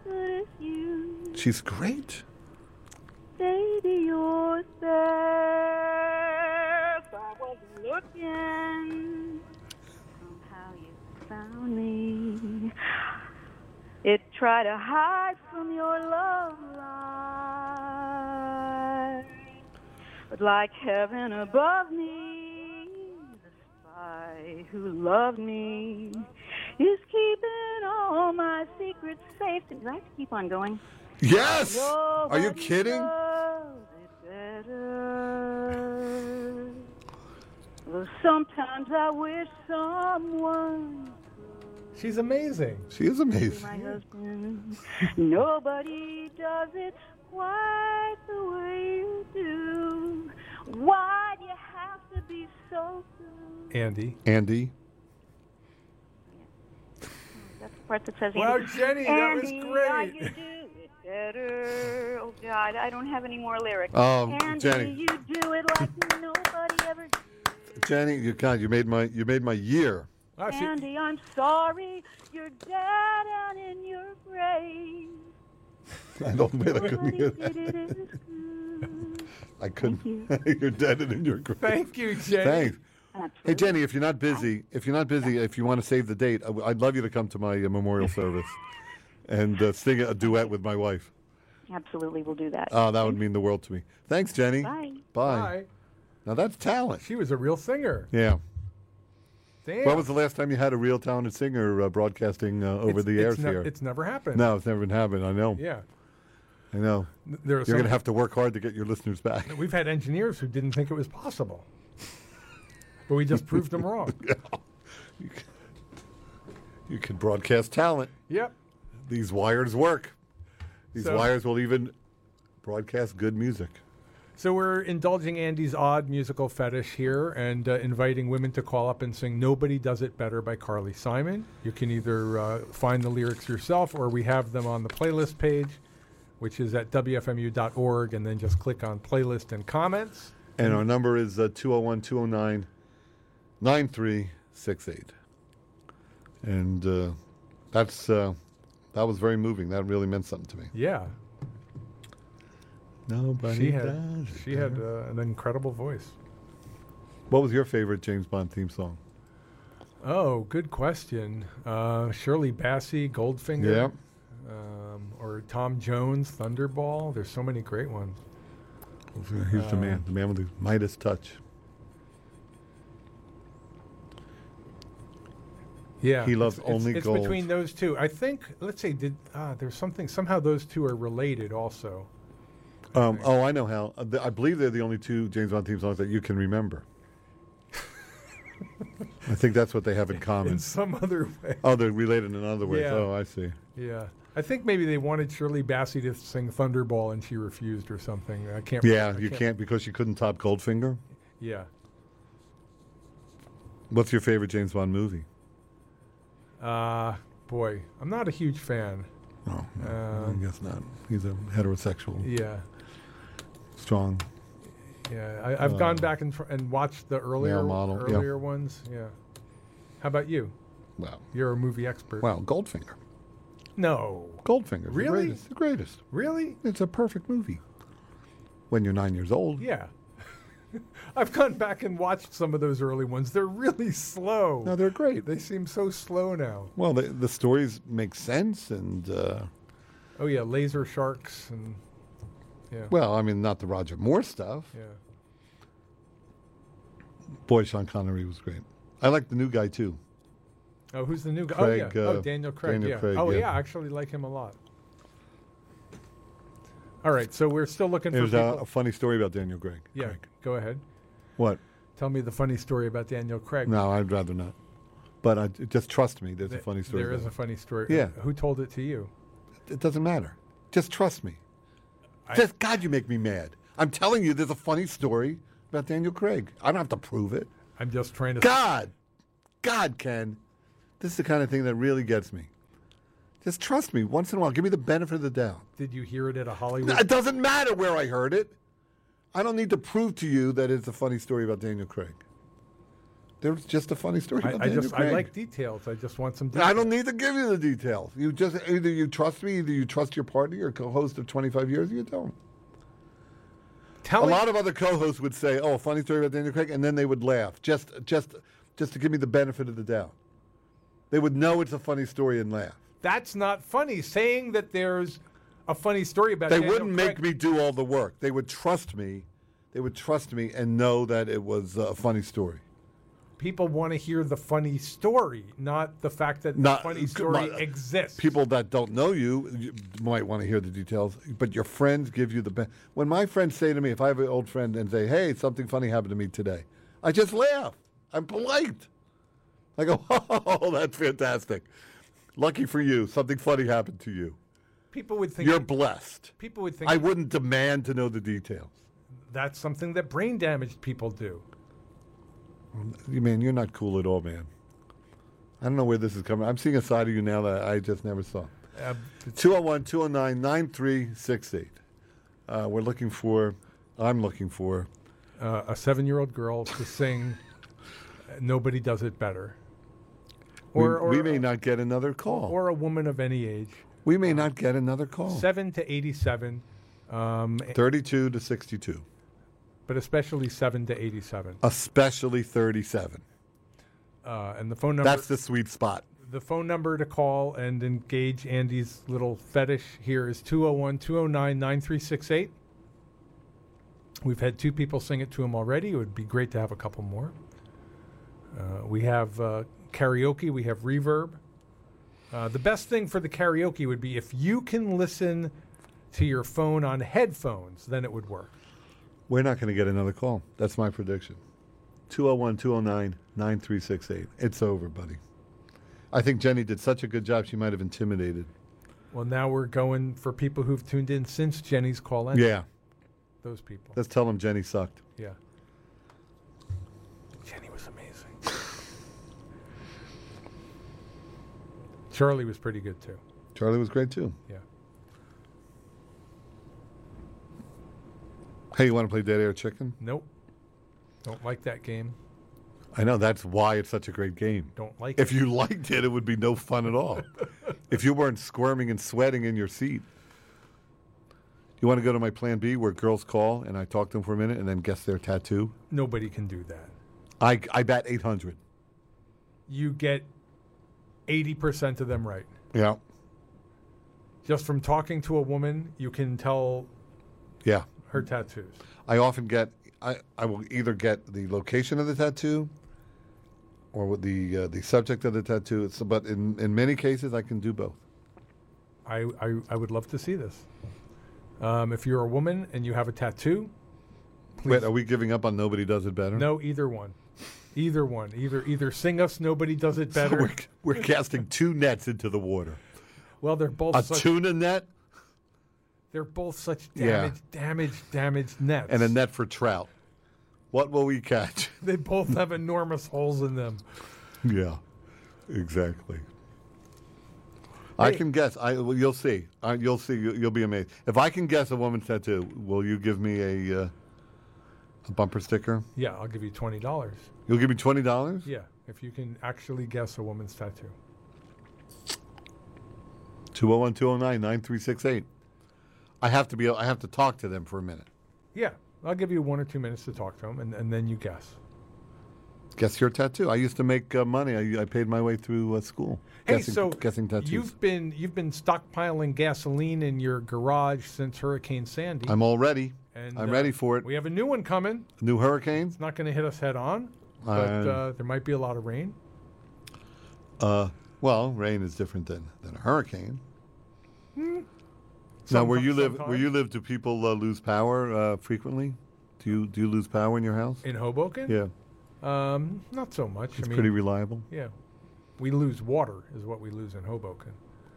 S5: good as you.
S2: she's great.
S5: Baby, you're there. I was looking. Somehow you found me. It tried to hide from your love light. But like heaven above me, the spy who loved me is keeping all my secrets safe. Do I have to keep on going?
S2: Yes. Are
S5: Nobody
S2: you kidding?
S5: does it better. Though sometimes I wish someone
S1: She's amazing.
S2: She is amazing.
S5: my husband. Nobody does it quite the way you do. Why do you have to be so good?
S1: Andy.
S2: Andy.
S5: That's the part that says
S1: Wow,
S5: Andy.
S1: Jenny, that was
S5: Andy, I
S1: great.
S5: could do it better. Oh God, I don't have any more lyrics.
S2: Oh,
S5: Andy,
S2: Jenny.
S5: you do it like nobody ever. did.
S2: Jenny, you God, you made my you made my year.
S1: Wow, she-
S5: Andy, I'm sorry. You're dead and in your grave.
S2: I don't made a
S5: Nobody
S2: good
S5: did it as good.
S2: I couldn't. you're dead and in your grave.
S1: Thank you, Jenny.
S2: Thanks.
S5: That's
S2: Hey Jenny, if you're not busy, if you're not busy, if you want to save the date, I w- I'd love you to come to my uh, memorial service and uh, sing a duet with my wife.
S5: Absolutely, we'll do that.
S2: Oh, that would mean the world to me. Thanks, Jenny.
S5: Bye.
S2: Bye.
S1: Hi.
S2: Now that's talent.
S1: She was a real singer.
S2: Yeah.
S1: Damn.
S2: When was the last time you had a real talented singer uh, broadcasting uh, over
S1: It's-
S2: the airs
S1: it's ne-
S2: here?
S1: It's never happened.
S2: no, it's never been happening. I know.
S1: Yeah.
S2: I know.
S1: There are
S2: You're
S1: some-
S2: going to have to work hard to get your listeners back.
S1: We've had engineers who didn't think it was possible, but we just proved them wrong.
S2: You can broadcast talent.
S1: Yep.
S2: These wires work. These
S1: So-
S2: wires will even broadcast good music.
S1: So we're indulging Andy's odd musical fetish here and uh, inviting women to call up and sing "Nobody Does It Better" by Carly Simon. You can either uh, find the lyrics yourself, or we have them on the playlist page, which is at wfmu.org, and then just click on playlist and comments.
S2: And our number is uh, 201 209 9368. And uh, that's uh, that was very moving. That really meant something to me.
S1: Yeah,
S2: Nobody
S1: she had
S2: does. it
S1: she had
S2: better.
S1: uh, an incredible voice.
S2: what was your favorite James Bond theme song?
S1: Oh, good question. Uh, Shirley Bassey, Goldfinger.
S2: Yeah.
S1: Um, or Tom Jones, Thunderball. There's so many great ones.
S2: He's the man, the man with the Midas touch.
S1: Yeah,
S2: He loves
S1: it's, it's-
S2: only
S1: it's
S2: gold.
S1: between those two. I think. Let's say did ah, there's something somehow those two are related also.
S2: Um, oh, I know how. Uh, th- I believe they're the only two James Bond theme songs that you can remember. I think that's what they have in common.
S1: In some other way.
S2: Oh, they're related in other ways.
S1: Yeah.
S2: Oh, I see.
S1: Yeah, I think maybe they wanted Shirley Bassey to sing Thunderball and she refused or something. I can't.
S2: Yeah,
S1: I
S2: you can't because you couldn't top Goldfinger.
S1: Yeah.
S2: What's your favorite James Bond movie?
S1: Uh, boy, I'm not a huge fan.
S2: Oh, no,
S1: Um,
S2: I guess not. He's a heterosexual,
S1: Yeah,
S2: strong.
S1: yeah. I, I've gone back and tr- and watched the earlier
S2: Uh, model, yeah.
S1: earlier ones. Yeah. How about you?
S2: Wow,
S1: You're a movie expert.
S2: wow, Goldfinger.
S1: no,
S2: Goldfinger,
S1: Really?
S2: the greatest, the greatest.
S1: really?
S2: It's a perfect movie. When you're nine years old,
S1: Yeah. I've gone back and watched some of those early ones. They're really slow.
S2: no, they're great.
S1: They seem so slow now.
S2: Well, the, the stories make sense, and uh,
S1: Oh yeah, laser sharks and yeah.
S2: well, I mean, not the Roger Moore stuff.
S1: yeah.
S2: Boy, Sean Connery was great. I like the new guy too.
S1: Oh, who's the new guy?
S2: Craig,
S1: oh yeah.
S2: uh,
S1: oh, Daniel Craig.
S2: Daniel
S1: yeah.
S2: Craig,
S1: oh
S2: yeah.
S1: yeah. I actually like him a lot. All right, so we're still looking for
S2: There's
S1: people.
S2: a, a funny story about Daniel uh, Craig.
S1: yeah, go ahead.
S2: What?
S1: Tell me the funny story about Daniel Craig.
S2: No, I'd rather not. But I, just trust me. There's a funny story.
S1: There
S2: about
S1: is a funny story. Uh,
S2: Yeah.
S1: Who told it to you?
S2: it. It doesn't matter. Just trust me. just God, you make me mad. I'm telling you, there's a funny story about Daniel Craig. I don't have to prove it.
S1: I'm just trying to
S2: God, God, Ken, this is the kind of thing that really gets me. Just trust me. Once in a while, give me the benefit of the doubt.
S1: Did you hear it at a Hollywood?
S2: It doesn't matter where I heard it. I don't need to prove to you that it's a funny story about Daniel Craig. There's just a funny story
S1: I,
S2: about
S1: I
S2: Daniel
S1: just
S2: Craig.
S1: I like details. I just want some details.
S2: I don't need to give you the details. You just either you trust me, either you trust your partner, your co-host of 25 years, or you don't.
S1: Tell
S2: A
S1: me-
S2: lot of other co-hosts would say, "Oh, a funny story about Daniel Craig," and then they would laugh just just just to give me the benefit of the doubt. They would know it's a funny story and laugh.
S1: That's not funny. Saying that there's a funny story about
S2: They
S1: Daniel
S2: wouldn't make
S1: Craig-
S2: me do all the work. They would trust me. They would trust me and know that it was uh, a funny story.
S1: People want to hear the funny story, not the fact that
S2: Not-
S1: the funny
S2: come
S1: story
S2: on.
S1: exists.
S2: people that don't know you, you might want to hear the details, but your friends give you the best. When my friends say to me, if I have an old friend and say, hey, something funny happened to me today, I just laugh. I'm polite. I go, oh, that's fantastic. Lucky for you, something funny happened to you.
S1: people would think
S2: You're blessed.
S1: people would think
S2: I wouldn't demand to know the details.
S1: that's something that brain damaged people do.
S2: You man, you're not cool at all, man. I don't know where this is coming. I'm seeing a side of you now that I just never saw.
S1: Uh,
S2: 201 209 9368. Uh, We're looking for, I'm looking for,
S1: uh, a seven-year-old girl to sing uh, "Nobody Does It Better,"
S2: we,
S1: or
S2: we
S1: or,
S2: may not get another call.
S1: or uh, a woman of any age,
S2: we may not get another call.
S1: seven to eighty-seven, um,
S2: 32 to 62,
S1: but especially seven to eighty-seven.
S2: especially 37.
S1: Uh, and the phone number
S2: That's the sweet spot.
S1: The phone number to call and engage Andy's little fetish here is 201 209 9368. We've had two people sing it to him already. It would be great to have a couple more. Uh, we have uh, karaoke, we have reverb. Uh, the best thing for the karaoke would be if you can listen to your phone on headphones, then it would work.
S2: We're not going to get another call. That's my prediction. 201 209 9368. It's over, buddy. I think Jenny did such a good job, she might have intimidated
S1: Well, now we're going for people who've tuned in since Jenny's call in.
S2: Yeah.
S1: Those people.
S2: Let's tell them Jenny sucked.
S1: yeah. Jenny was amazing. Charlie was pretty good too.
S2: Charlie was great too.
S1: Yeah.
S2: Hey, you want to play Dead Air Chicken?
S1: Nope. Don't like that game.
S2: I know that's why it's such a great game.
S1: Don't like
S2: If
S1: it.
S2: you liked it, it would be no fun at all. if you weren't squirming and sweating in your seat. You want to go to my plan B where girls call and I talk to them for a minute and then guess their tattoo?
S1: Nobody can do that.
S2: I, I bet 800.
S1: You get 80% of them right.
S2: Yeah.
S1: Just from talking to a woman, you can tell
S2: Yeah.
S1: her tattoos.
S2: I often get, I, I will either get the location of the tattoo or with the uh, the subject of the tattoo. It's, but in, in many cases, I can do both.
S1: I, I, I would love to see this. Um, if you're a woman and you have a tattoo,
S2: Wait, are we giving up on Nobody Does It Better?
S1: no, either one. Either one. Either either sing us Nobody Does It
S2: So
S1: Better.
S2: we're, we're casting two nets into the water.
S1: well, they're both
S2: A
S1: such,
S2: tuna net
S1: they're both such
S2: Yeah.
S1: damaged, damaged, damaged nets.
S2: and a net for trout. What will we catch?
S1: they both have enormous holes in them.
S2: yeah, exactly. I can guess. I well, you'll see. I, you'll see. You'll, you'll be amazed. If I can guess a woman's tattoo, will you give me a uh, a bumper sticker?
S1: Yeah, I'll give you twenty dollars.
S2: You'll give me twenty dollars.
S1: Yeah, if you can actually guess a woman's tattoo.
S2: 201-209-9368. I have to be. I have to talk to them for a minute.
S1: Yeah, I'll give you one or two minutes to talk to them, and, and then you guess.
S2: Guess your tattoo. I used to make uh, money. I, I paid my way through uh, school.
S1: Hey,
S2: guessing,
S1: so
S2: guessing tattoos.
S1: you've been you've been stockpiling gasoline in your garage since Hurricane Sandy.
S2: I'm all ready.
S1: and,
S2: I'm
S1: uh,
S2: ready for it.
S1: We have a new one coming.
S2: New hurricanes.
S1: It's not going to hit us head on, but
S2: Uh,
S1: uh, there might be a lot of rain.
S2: Uh, well, rain is different than, than a hurricane. Now, where you live, where you live, do people uh, lose power uh, frequently? Do you do you lose power in your house?
S1: in Hoboken?
S2: Yeah,
S1: Um, not so much. I
S2: it's
S1: mean,
S2: pretty reliable.
S1: yeah, we lose water is what we lose in Hoboken.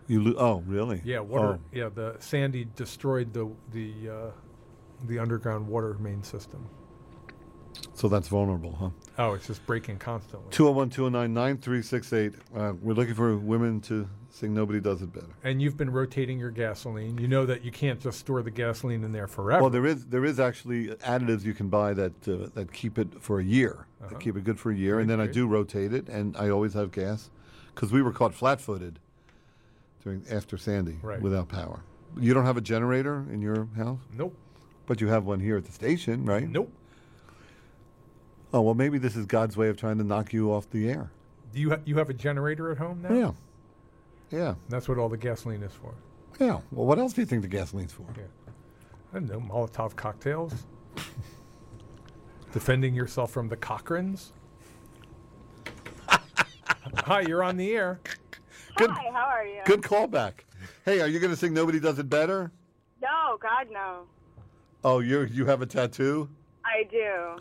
S2: You lo- oh really?
S1: Yeah,
S2: Oh,
S1: water. Yeah, the Sandy destroyed the the uh, the underground water main system.
S2: so that's vulnerable, huh?
S1: Oh, it's just breaking constantly.
S2: 201-209-9368. Uh, we're looking for women to sing "Nobody Does It Better."
S1: And you've been rotating your gasoline. You know that you can't just store the gasoline in there forever.
S2: Well, there is there is actually additives you can buy that uh, that keep it for a year,
S1: Uh-huh.
S2: that keep it good for a year, and then I do rotate it, and I always have gas, because we were caught flat-footed during after Sandy
S1: Right.
S2: without power. You don't have a generator in your house,
S1: nope,
S2: but you have one here at the station, right?
S1: nope.
S2: Oh well, maybe this is God's way of trying to knock you off the air.
S1: Do you ha- you have a generator at home now?
S2: Yeah, yeah,
S1: That's what all the gasoline is for.
S2: yeah. Well, what else do you think the gasoline's for?
S1: Yeah. I don't know, Molotov cocktails. Defending yourself from the Cochrans. Hi, you're on the air.
S2: Good,
S5: Hi, how are you?
S2: good callback. Hey, are you going to sing "Nobody Does It Better"?
S5: No, God, no.
S2: Oh, you you have a tattoo?
S5: I do. I,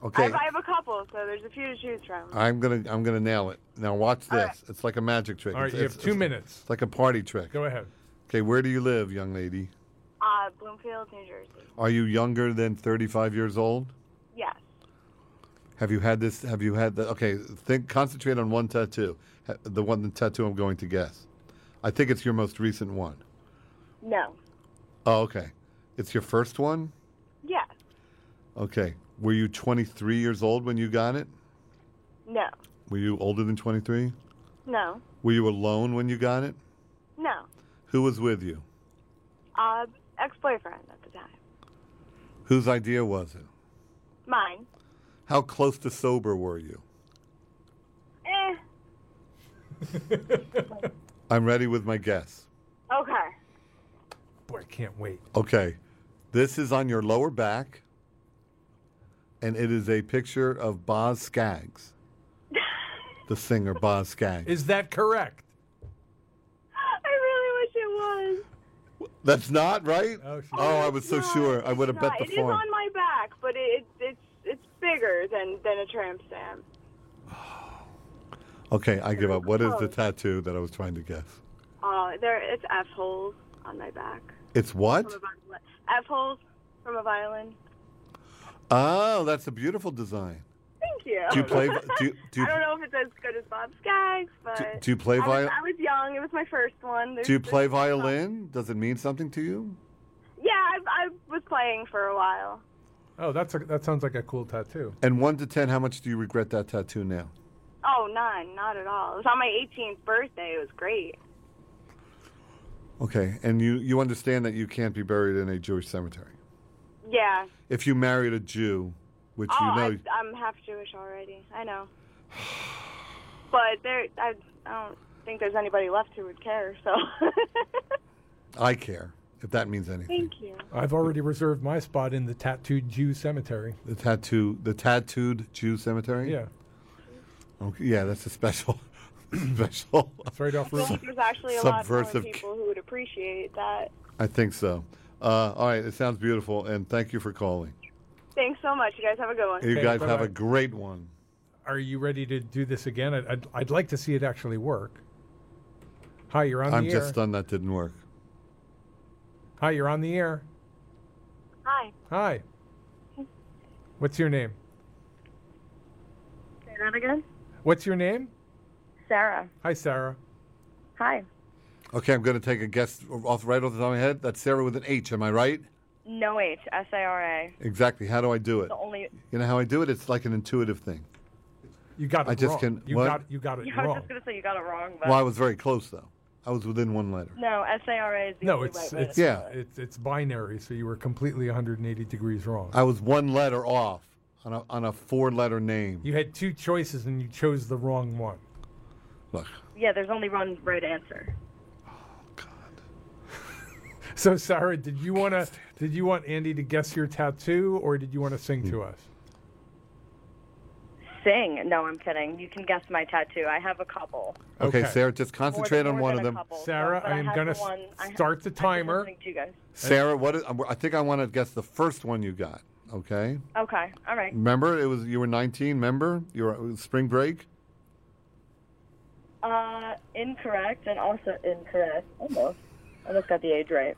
S2: Okay. Uh.
S5: have, I have a couple, so there's a few to choose from.
S2: I'm gonna I'm gonna nail it. Now watch this. It's like a magic trick.
S1: All right,
S2: It's-
S1: you
S2: it's-
S1: have two
S2: it's-
S1: minutes.
S2: It's like a party trick.
S1: Go ahead.
S2: Okay, where do you live, young lady?
S5: Uh, Bloomfield, New Jersey.
S2: Are you younger than 35 years old?
S5: Yes.
S2: Have you had this? Have you had the? Okay, think. Concentrate on one tattoo. Ha- The one tattoo I'm going to guess. I think it's your most recent one.
S5: No.
S2: Oh, okay. It's your first one.
S5: Yes.
S2: Okay. Were you 23 years old when you got it?
S5: No.
S2: Were you older than 23?
S5: No.
S2: Were you alone when you got it?
S5: No.
S2: Who was with you?
S5: Uh, ex-boyfriend at the time.
S2: Whose idea was it?
S5: Mine.
S2: How close to sober were you?
S5: Eh.
S2: I'm ready with my guess.
S5: Okay.
S1: Boy, I can't wait.
S2: Okay. This is on your lower back, and it is a picture of Boz Skaggs, the singer Boz Skaggs.
S1: Is that correct?
S5: I really wish it was.
S2: That's not right?
S1: Oh, she-
S2: I was so
S5: No,
S2: sure. I
S5: it's
S2: would have bet
S5: not.
S2: the
S5: It is
S2: farm.
S5: on my back, but it, it's it's bigger than than a tramp stamp.
S2: Okay, I give up. What is the
S5: Close.
S2: tattoo that I was trying to guess?
S6: Uh, there, it's F holes on my back.
S2: It's what?
S6: From a violin. F holes from a violin.
S2: Oh, that's a beautiful design.
S6: Thank you.
S2: Do you play? Do you, do you,
S6: I don't know if it's as good as Bob Skaggs, but
S2: do, do you play
S6: I, was,
S2: violin?
S6: I was young. It was my first one. There's-
S2: Do you play
S6: there's-
S2: violin? Does it mean something to you?
S6: Yeah, I, I was playing for a while.
S1: Oh, that's a, that sounds like a cool tattoo.
S2: And one to ten, how much do you regret that tattoo now?
S6: Oh, none, not at all. It was on my 18th birthday. It was great.
S2: Okay, and you you understand that you can't be buried in a Jewish cemetery.
S6: Yeah.
S2: If you married a Jew, which
S6: oh,
S2: you know,
S6: I, I'm half Jewish already. I know. But there, I, I don't think there's anybody left who would care. So.
S2: I care if that means anything.
S6: Thank you.
S1: I've already reserved my spot in the tattooed Jew cemetery.
S2: The tattoo, the tattooed Jew cemetery.
S1: Yeah,
S2: Okay, yeah, that's a special, special.
S1: it's right off
S6: I
S1: Route.
S6: think there's actually a lot more
S2: Subversive c-
S6: people who would appreciate that.
S2: I think so. Uh, all right, it sounds beautiful, and thank you for calling.
S6: Thanks so much. You guys have a good one.
S2: You
S1: Okay,
S2: guys have
S1: bye-bye.
S2: a great one.
S1: Are you ready to do this again? I'd, I'd, I'd like to see it actually work. Hi, you're on
S2: I'm
S1: the air.
S2: just stunned that didn't work.
S1: Hi, you're on the air.
S5: Hi.
S1: Hi. What's your name?
S5: Say that again.
S1: What's your name?
S5: Sarah.
S1: Hi, Sarah.
S5: Hi.
S2: Okay, I'm going to take a guess off right off the top of my head. That's Sarah with an H. Am I right?
S5: No H. S A R A.
S2: Exactly. How do I do it?
S5: The only.
S2: You know how I do it? It's like an intuitive thing.
S1: You got it
S2: I just
S1: wrong.
S2: can-
S1: you
S2: what?
S1: got you got it
S5: Yeah, I was
S1: wrong.
S5: just gonna say you got it wrong, but
S2: Well, I was very close though. I was within one letter.
S5: no. S A R A is the
S1: No,
S5: only
S1: it's
S5: right way to
S1: it's
S5: do
S2: Yeah.
S5: it.
S1: it's it's binary, so you were completely 180 degrees wrong.
S2: I was one letter off on a on a four letter name.
S1: You had two choices and you chose the wrong one.
S2: Look,
S5: Yeah, there's only one right answer.
S1: So Sarah, did you want to did you want Andy to guess your tattoo or did you want to sing to us?
S5: Sing. No, I'm kidding. You can guess my tattoo. I have a couple.
S2: okay,
S1: Okay.
S2: Sarah, just
S5: More
S2: concentrate
S5: than-
S2: on
S5: more
S2: one
S5: than
S2: of them.
S5: a couple, so-
S1: Sarah,
S5: but
S1: I am
S5: have
S1: gonna
S5: the one- I have-
S1: start the
S5: I've been
S1: timer.
S5: listening To you guys.
S2: Sarah, what is, I think I want to guess the first one you got. Okay,
S5: Okay. All right.
S1: Mm.
S2: remember it was you were 19. Remember you were it was spring break.
S5: Uh, incorrect and also incorrect. Almost. Almost got the age right.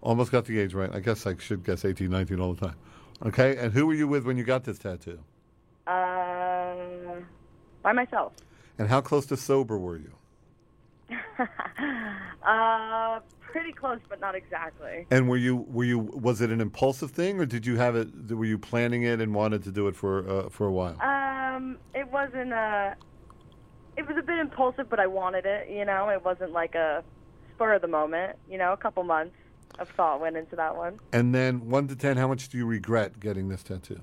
S2: Almost got the age right. I guess I should guess 18, 19 all the time. Okay, and who were you with when you got this tattoo?
S5: Uh, by myself.
S2: And how close to sober were you?
S5: uh, pretty close, but not exactly.
S2: And were you were you was it an impulsive thing or did you have it were you planning it and wanted to do it for uh, for a while?
S5: Um, it wasn't a. It was a bit impulsive, but I wanted it. You know, it wasn't like a spur of the moment. You know, a couple months of thought went into that one.
S2: And then one to ten, how much do you regret getting this tattoo?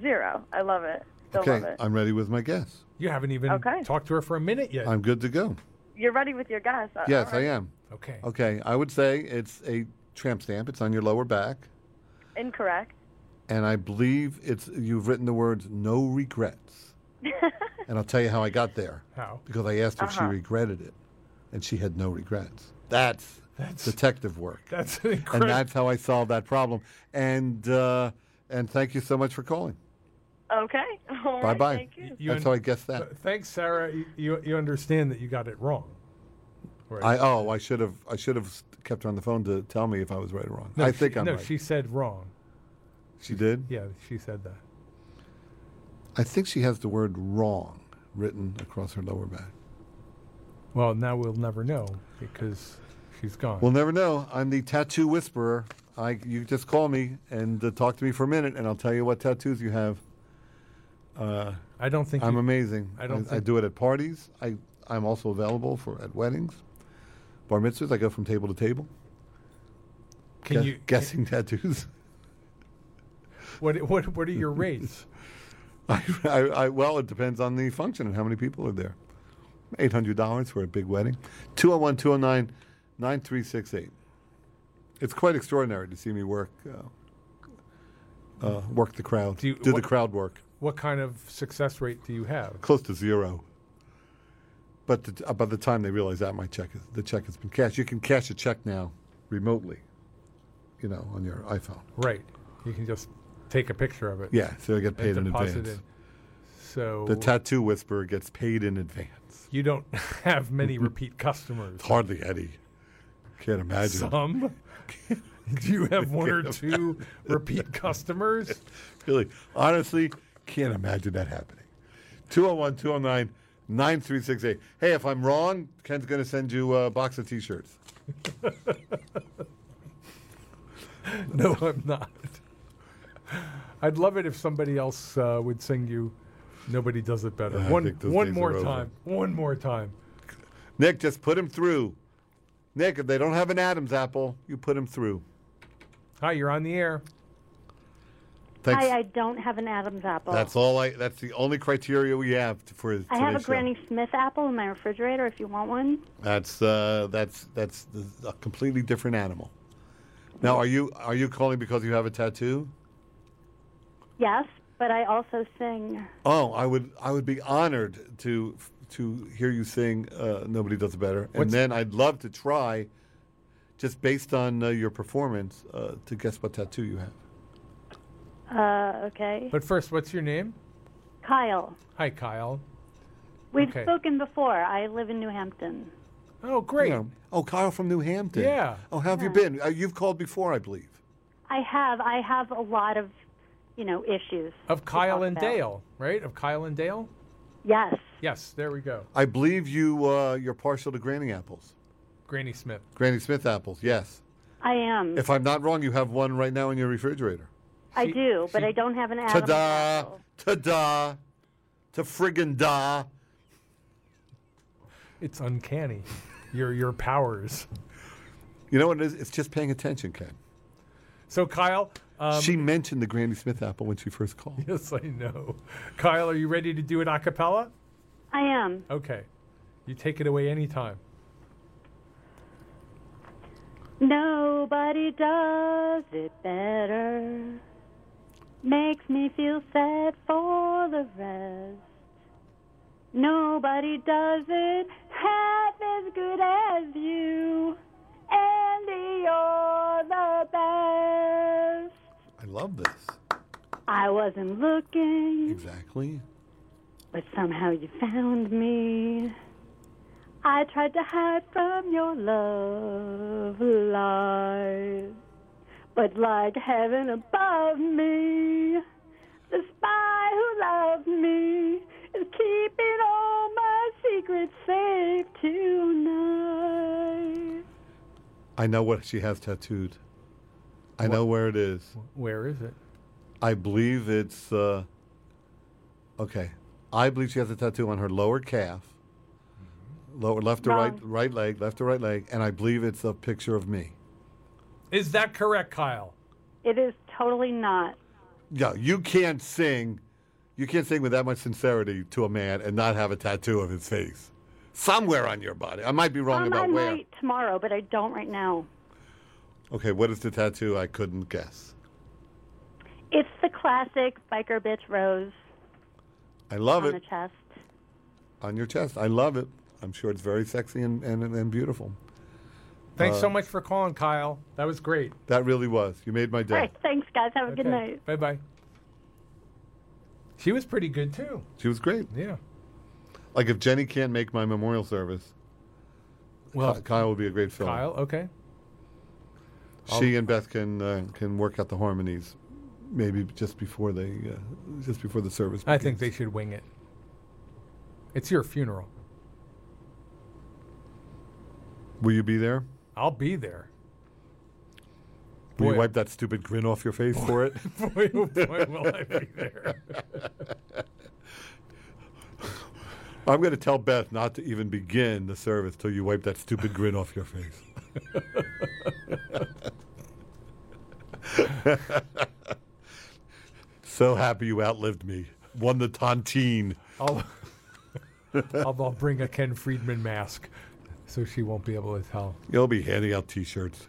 S5: Zero. I love it. Still
S2: okay,
S5: love it.
S2: I'm ready with my guess.
S1: You haven't even
S5: Okay.
S1: talked to her for a minute yet.
S2: I'm good to go.
S5: You're ready with your guess. Uh,
S2: Yes,
S5: all
S2: I
S5: right.
S2: am.
S1: okay.
S2: Okay, I would say it's a tramp stamp. It's on your lower back,
S5: Incorrect.
S2: and I believe it's you've written the words "no regrets." and I'll tell you how I got there
S1: How?
S2: because I asked if she
S5: Uh-huh.
S2: regretted it, and she had no regrets. That's,
S1: That's-
S2: detective work.
S1: That's an
S2: and
S1: incredible.
S2: that's how I solved that problem. And uh, and thank you so much for calling.
S5: Okay. All right,
S2: Bye-bye.
S5: Thank you.
S1: you Uh,
S2: that's
S1: un-
S2: how I guessed that.
S1: Th- Thanks, Sarah. You, you you understand that you got it wrong. Right.
S2: I oh I should have I should have kept her on the phone to tell me if I was right or wrong. I think
S1: she,
S2: I'm
S1: No,
S2: right.
S1: she said wrong.
S2: she did.
S1: Yeah, she said that.
S2: I think she has the word wrong written across her lower back.
S1: Well, now we'll never know because she's gone.
S2: We'll never know. I'm the tattoo whisperer. I you just call me and uh, talk to me for a minute, and I'll tell you what tattoos you have. Uh,
S1: I don't think
S2: I'm
S1: you-
S2: amazing.
S1: I don't
S2: I,
S1: think-
S2: do it at parties. I I'm also available for at weddings, bar mitzvahs. I go from table to table.
S1: Can
S2: Guess-
S1: you
S2: guessing tattoos?
S1: What what what are your rates?
S2: I, I, I, well, it depends on the function and how many people are there. Eight hundred dollars for a big wedding. 201-209-9368. It's quite extraordinary to see me work, uh, uh, work the crowd,
S1: Do
S2: do,
S1: you-
S2: the
S1: what-
S2: crowd work.
S1: what kind of success rate do you have?
S2: Close to zero. But the, uh, by the time they realize that, my check is the check has been cashed. You can cash a check now, remotely, you know, on your iPhone.
S1: Right. You can just take a picture of it.
S2: Yeah, so I get
S1: And
S2: paid in
S1: deposit
S2: advance.
S1: it. So
S2: The tattoo whisperer gets paid in advance.
S1: you don't have many repeat customers.
S2: Hardly any. Can't imagine.
S1: Some. Do you have one or two repeat customers?
S2: Really, honestly, can't imagine that happening. 201 209 9368. Hey, if I'm wrong, Ken's going to send you a box of t shirts.
S1: No, I'm not. I'd love it if somebody else uh, would sing you. Nobody does it better.
S2: I
S1: one
S2: think those
S1: one
S2: days are
S1: more
S2: over.
S1: time. One more time.
S2: Nick, just put him through. Nick, if they don't have an Adam's apple, you put him through.
S1: Hi, you're on the air.
S2: Thanks.
S7: I, I don't have an Adam's apple.
S2: that's all I. That's the only criteria we have t- for.
S7: I have a
S2: today's show.
S7: Granny Smith apple in my refrigerator if you want one.
S2: That's uh, that's that's the- a completely different animal. Now, are you are you calling because you have a tattoo?
S7: Yes, but I also sing.
S2: Oh, I would I would be honored to to hear you sing uh, "Nobody Does It Better," and
S1: What's-
S2: then I'd love to try, just based on uh, your performance, uh, to guess what tattoo you have.
S7: Uh, okay.
S1: But first, what's your name?
S7: Kyle,
S1: Hi, Kyle.
S7: we've
S1: Okay.
S7: spoken before. I live in New Hampton.
S1: Oh, great.
S2: Yeah. Oh, Kyle from New Hampton.
S1: Yeah.
S2: Oh, how have you been? Uh, you've called before, I believe.
S7: I have. I have a lot of, you know, issues.
S1: Of Kyle
S7: talk
S1: and
S7: about.
S1: Dale, right? Of Kyle and Dale?
S7: Yes.
S1: Yes, there we go.
S2: I believe you uh, you're partial to granny apples,
S1: Granny Smith.
S2: Granny Smith apples. Yes.
S7: I am.
S2: If I'm not wrong, you have one right now in your refrigerator.
S7: I
S1: she-
S7: do, but
S1: she-
S7: I don't have an
S2: Ta
S7: Adam's
S2: da!
S7: apple.
S2: Ta da! Ta friggin' da!
S1: It's uncanny. your your powers.
S2: You know what it is? It's just paying attention, Ken.
S1: So Kyle, um,
S2: she mentioned the Granny Smith apple when she first called.
S1: yes, I know. Kyle, are you ready to do it a cappella?
S7: I am.
S1: Okay. You take it away anytime.
S7: Nobody does it better. Makes me feel sad for the rest. Nobody does it half as good as you. Andy, you're the best.
S2: I love this.
S7: I wasn't looking,
S2: Exactly.
S7: but somehow you found me. I tried to hide from your love lies, but like heaven above me, the spy who loved me is keeping all my secrets safe tonight.
S2: I know what she has tattooed. I know where it is.
S1: Where is it?
S2: I believe it's. Uh, okay. I believe she has a tattoo on her lower calf, lower left to right, right leg, left to right leg, and I believe it's a picture of me.
S1: Is that correct, Kyle?
S7: It is totally not.
S2: Yeah, you can't sing. You can't sing with that much sincerity to a man and not have a tattoo of his face somewhere on your body. I might be wrong
S7: Um,
S2: about
S7: I
S2: where.
S7: might tomorrow, but I don't right now.
S2: Okay, what is the tattoo? I couldn't guess.
S7: It's the classic biker bitch rose
S2: I love
S7: on the
S2: it
S7: chest.
S2: on your chest. I love it. I'm sure it's very sexy and, and, and beautiful.
S1: Thanks so much for calling, Kyle. That was great.
S2: That really was. You made my day.
S7: All right. Thanks, guys. Have a good night.
S1: Bye bye. She was pretty good too.
S2: She was great.
S1: Yeah.
S2: Like if Jenny can't make my memorial service,
S1: Well,
S2: Ky- Kyle would be a great film.
S1: Kyle, okay.
S2: she and Beth can uh, can work out the harmonies, maybe just before they uh, just before the service.
S1: I think they
S2: begins.
S1: should wing it. It's your funeral.
S2: Will you be there?
S1: I'll be there.
S2: Will
S1: Boy.
S2: you wipe that stupid grin off your face for it?
S1: boy, oh boy, will I be there.
S2: I'm going to tell Beth not to even begin the service till you wipe that stupid grin off your face. so happy you outlived me. Won the tontine.
S1: I'll, I'll, I'll bring a Ken Friedman mask so she won't be able to tell.
S2: You'll be handing out T-shirts.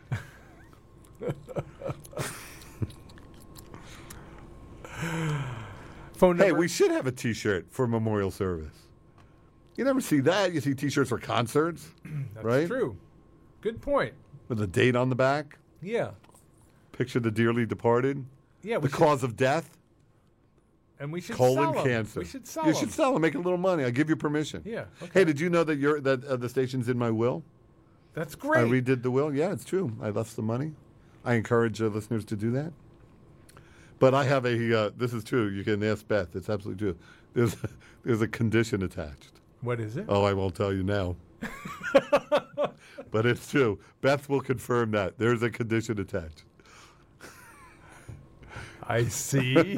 S1: Phone
S2: Hey,
S1: number.
S2: we should have a T-shirt for memorial service. You never see that. You see T-shirts for concerts,
S1: That's
S2: right?
S1: true. Good point.
S2: With a date on the back.
S1: Yeah.
S2: Picture the dearly departed.
S1: Yeah.
S2: The
S1: We should,
S2: cause of death.
S1: and we should
S2: colon
S1: sell 'em.
S2: cancer.
S1: We should sell
S2: You
S1: 'em.
S2: should sell them. Make a little money. I'll give you permission.
S1: Yeah, okay.
S2: Hey, did you know that you're that uh, the station's in my will?
S1: That's great.
S2: I redid the will. Yeah, it's true. I left some money. I encourage uh, listeners to do that. But I have a. Uh, this is true. You can ask Beth. It's absolutely true. There's there's a condition attached.
S1: what is it?
S2: Oh, I won't tell you now. but it's true. Beth will confirm that there's a condition attached.
S1: I see.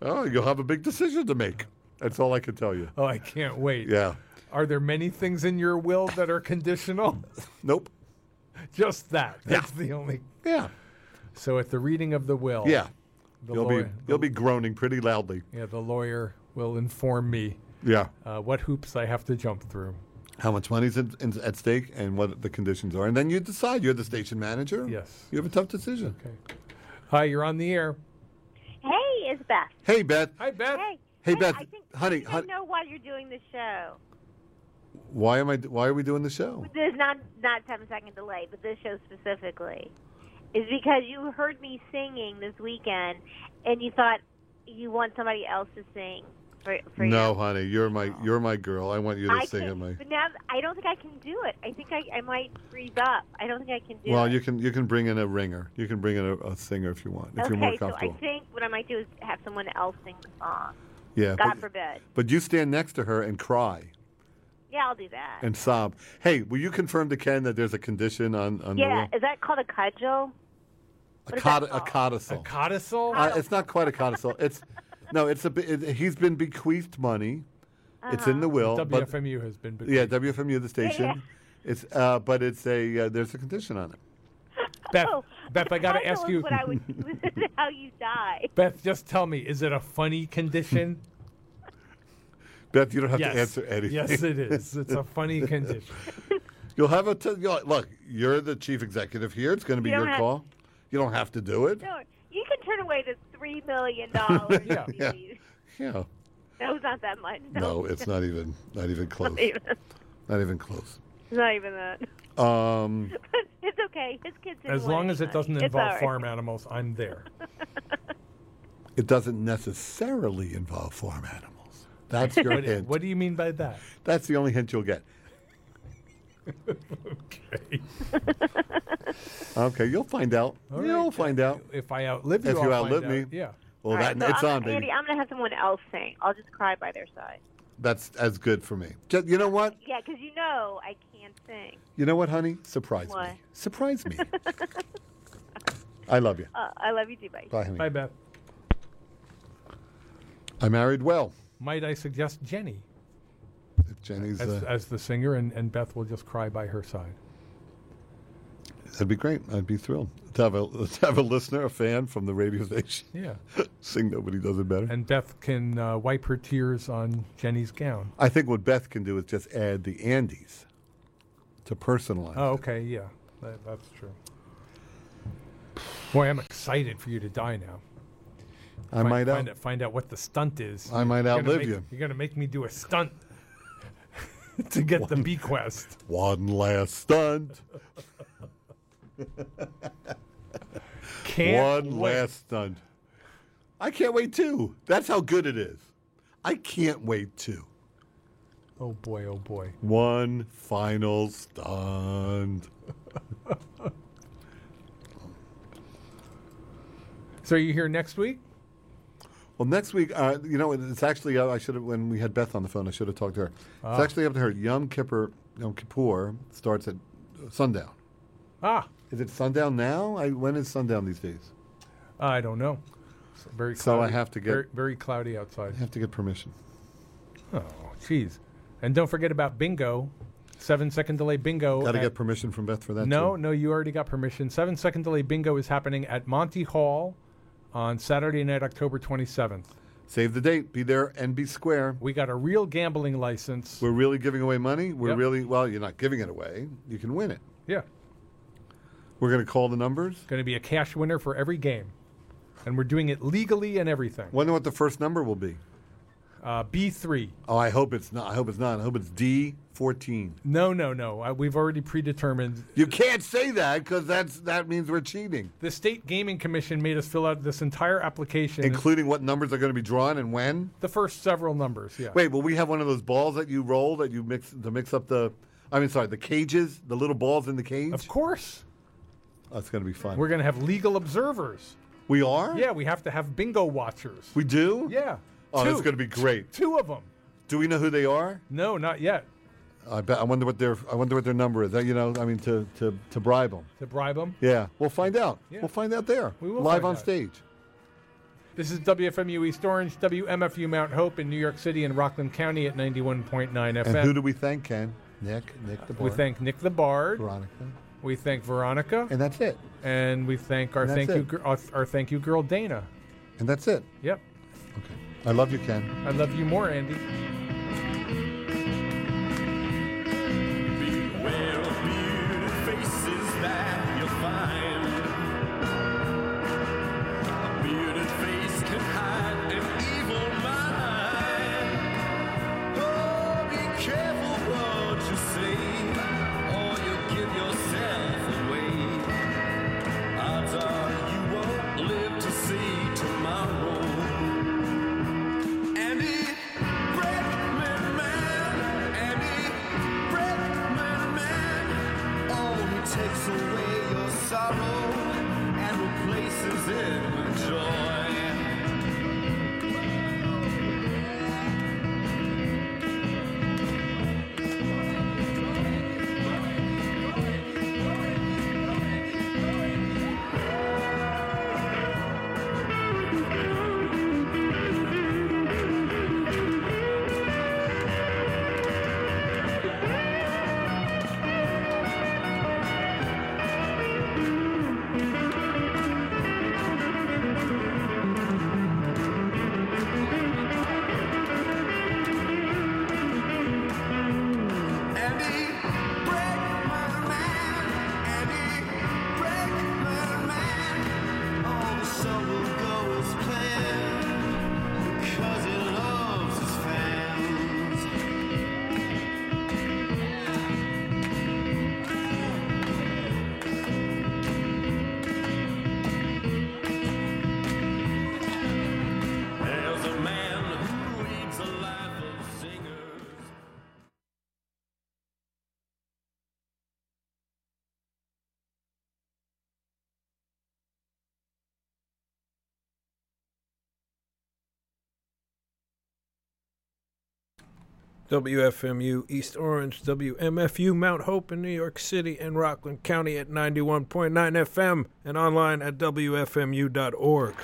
S2: Oh, you'll have a big decision to make. That's all I can tell you.
S1: oh, I can't wait.
S2: Yeah.
S1: Are there many things in your will that are conditional?
S2: Nope.
S1: Just that. That's the only.
S2: Yeah.
S1: So at the reading of the will,
S2: Yeah.
S1: the
S2: you'll
S1: lawyer,
S2: be you'll be groaning pretty loudly.
S1: yeah, the lawyer will inform me
S2: Yeah.
S1: uh, what hoops I have to jump through.
S2: How much money's in, in, at stake and what the conditions are, and then you decide. You're the station manager.
S1: Yes.
S2: You have a tough decision.
S1: Okay. Hi, you're on the air.
S8: Hey, it's Beth.
S2: Hey, Beth.
S1: Hi, Beth.
S8: Hey.
S2: Hey, Beth.
S8: I think,
S2: Honey,
S8: I, think
S2: hon-
S8: I know why you're doing the show.
S2: Why am I? d- Why are we doing the show?
S8: There's not not seven second delay, but this show specifically is because you heard me singing this weekend, and you thought you want somebody else to sing for for
S2: No,
S8: you.
S2: honey. You're my you're my girl. I want you to
S8: I
S2: sing at
S8: can't,
S2: my.
S8: but now I don't think I can do it. I think I, I might freeze up. I don't think I can do
S2: Well,
S8: it.
S2: you can you can bring in a ringer. You can bring in a, a singer if you want. If
S8: okay,
S2: you're more
S8: so I
S2: comfortable.
S8: think what I might do is have someone else sing the song.
S2: yeah.
S8: God
S2: but,
S8: forbid.
S2: but you stand next to her and cry
S8: Yeah, I'll do that.
S2: and sob. Hey, will you confirm to Ken that there's a condition on on
S8: yeah,
S2: the
S8: is that called a cudgel?
S2: will? a
S8: is that
S2: cod a
S8: called?
S1: A
S2: codicil.
S1: codicil?
S2: Uh, it's not quite a codicil. It's no. It's a. bi- It, he's been bequeathed money. It's in the
S8: Uh-huh.
S2: will. but-
S1: WFMU has been.
S2: yeah, WFMU the station. It's uh, but it's a uh, there's a condition on it.
S1: Beth,
S8: Oh,
S1: Beth, I got to
S8: cudgel
S1: ask
S8: is
S1: you.
S8: What I would, this is how you die.
S1: Beth, just tell me, is it a funny condition?
S2: Beth, you don't have
S1: yes.
S2: to answer anything.
S1: Yes, it is. It's a funny condition.
S2: You'll have a t- you'll, look. You're the chief executive here. It's going to be
S8: You don't
S2: your
S8: have-
S2: call. You don't have to do it.
S8: No, you can turn away the three million dollars.
S1: Yeah.
S8: if you
S2: Yeah.
S8: need.
S2: Yeah.
S8: That was not that much.
S2: No, it's not even not even close.
S8: Not even,
S2: Not even close.
S8: not even that.
S2: Um,
S8: it's okay. His kids. didn't
S1: As
S8: want
S1: long
S8: any
S1: as it
S8: money.
S1: doesn't
S8: It's all
S1: involve
S8: right.
S1: farm animals, I'm there.
S2: it doesn't necessarily involve farm animals. That's your
S1: What,
S2: hint.
S1: what do you mean by that?
S2: That's the only hint you'll get.
S1: Okay.
S2: Okay, you'll find out.
S1: All
S2: you'll
S1: right.
S2: find out.
S1: If I outlive you,
S2: If you
S1: I'll find
S2: outlive me.
S1: out. Yeah.
S2: Well,
S8: All right,
S2: that
S8: so
S2: it's
S8: I'm,
S2: on, baby.
S8: Andy, I'm gonna have someone else sing. I'll just cry by their side.
S2: That's as good for me. Ju- you know what?
S8: Yeah, because you know I can't sing.
S2: You know what, honey? Surprise me.
S8: What?
S2: Surprise me. I love you.
S8: Uh, I love you too. Bye.
S2: Bye, honey.
S1: Hi, Beth.
S2: I married well.
S1: Might I suggest Jenny
S2: If Jenny's,
S1: as,
S2: uh,
S1: as the singer, and, and Beth will just cry by her side.
S2: that'd be great. I'd be thrilled to have a to have a listener, a fan from the radio station,
S1: Yeah.
S2: sing "Nobody Does It Better."
S1: And Beth can uh, wipe her tears on Jenny's gown.
S2: I think what Beth can do is just add the Andes to personalize.
S1: Oh, okay. Yeah. That, that's true. Boy, I'm excited for you to die now.
S2: I
S1: Find-
S2: might
S1: find
S2: out.
S1: out, find out what the stunt is.
S2: I might
S1: gonna
S2: outlive
S1: make-
S2: you.
S1: You're gonna make me do a stunt to get the bequest.
S2: One last stunt.
S1: Can't
S2: One
S1: wait.
S2: last stunt. I can't wait too. That's how good it is. I can't wait too.
S1: Oh boy! Oh boy!
S2: One final stunt.
S1: So are you here next week?
S2: Well, next week, uh, you know, it's actually uh, I should have when we had Beth on the phone. I should have talked to her. It's
S1: Ah.
S2: actually up to her. Yom Kippur, Yom Kippur starts at uh, sundown.
S1: Ah,
S2: Is it sundown now? I, when is sundown these days?
S1: I don't know. It's very
S2: So I
S1: cloudy-
S2: have to get-
S1: very, very cloudy outside.
S2: I have to get permission.
S1: Oh, jeez! And don't forget about bingo, seven second delay bingo.
S2: Got to
S1: at-
S2: get permission from Beth for that.
S1: No,
S2: too.
S1: no, you already got permission. Seven second delay bingo is happening at Monty Hall on Saturday night, October 27th.
S2: Save the date. Be there and be square.
S1: We got a real gambling license.
S2: We're really giving away money. We're
S1: Yep.
S2: really well. You're not giving it away. You can win it.
S1: yeah.
S2: We're going to call the numbers.
S1: Going to be a cash winner for every game. And we're doing it legally and everything.
S2: Wonder what the first number will be.
S1: Uh, B3.
S2: Oh, I hope it's not. I hope it's not. I hope it's D fourteen.
S1: No, no, no. Uh, we've already predetermined.
S2: You can't say that because that's that means we're cheating,
S1: The State Gaming Commission made us fill out this entire application,
S2: including what numbers are going to be drawn and when.
S1: the first several numbers. Yeah.
S2: Wait, will we have one of those balls that you roll that you mix to mix up the? I mean, sorry, the cages, the little balls in the cage. Oh,
S1: Of course.
S2: That's going to be fun.
S1: We're going to have legal observers.
S2: We are?
S1: Yeah, we have to have bingo watchers.
S2: We do?
S1: Yeah.
S2: Oh, that's
S1: Two.
S2: going to be great.
S1: Two of them.
S2: Do we know who they are?
S1: No, not yet.
S2: I bet. I wonder what their. I wonder what their number is. That you know. I mean, to to to bribe them.
S1: To bribe them.
S2: Yeah, we'll find out.
S1: Yeah.
S2: We'll find out there.
S1: We will
S2: live
S1: find
S2: on
S1: out.
S2: stage.
S1: This is WFMU East Orange, WMFU Mount Hope in New York City and Rockland County at 91.9 FM.
S2: And who do we thank? Ken, Nick, Nick the
S1: we
S2: Bard,
S1: thank Nick the Bard.
S2: Veronica,
S1: We thank Veronica.
S2: and that's it.
S1: And we thank our
S2: And that's
S1: thank you
S2: it.
S1: gir- our, our thank you girl Dana.
S2: And that's it.
S1: Yep.
S2: Okay. I love you, Ken.
S1: I love you more, Andy.
S9: Beware of bearded faces that you'll find. A bearded face can hide an evil mind. Oh, be careful what you say, or you'll give yourself away. Odds are you won't live to see tomorrow. Andy Bregman, man. Andy Bregman, man. Oh, he takes away your sorrow and replaces it with joy. Andy Bregman, man. Andy Bregman, man. Oh, the show will go as planned because he loves his fans. There's a man who leads a life of singers.
S10: WFMU East Orange, WMFU Mount Hope in New York City and Rockland County at 91.9 FM and online at WFMU.org.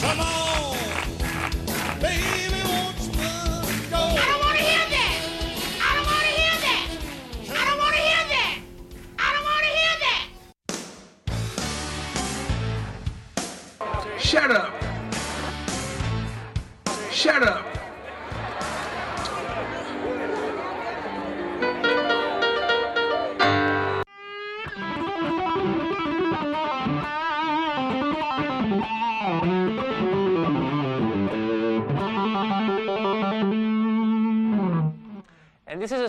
S9: Come on, baby, won't you go?
S11: I don't want to hear that. I don't want to hear that. I don't want to hear that. I don't want to hear that.
S12: Shut up. Shut up.
S13: And this is a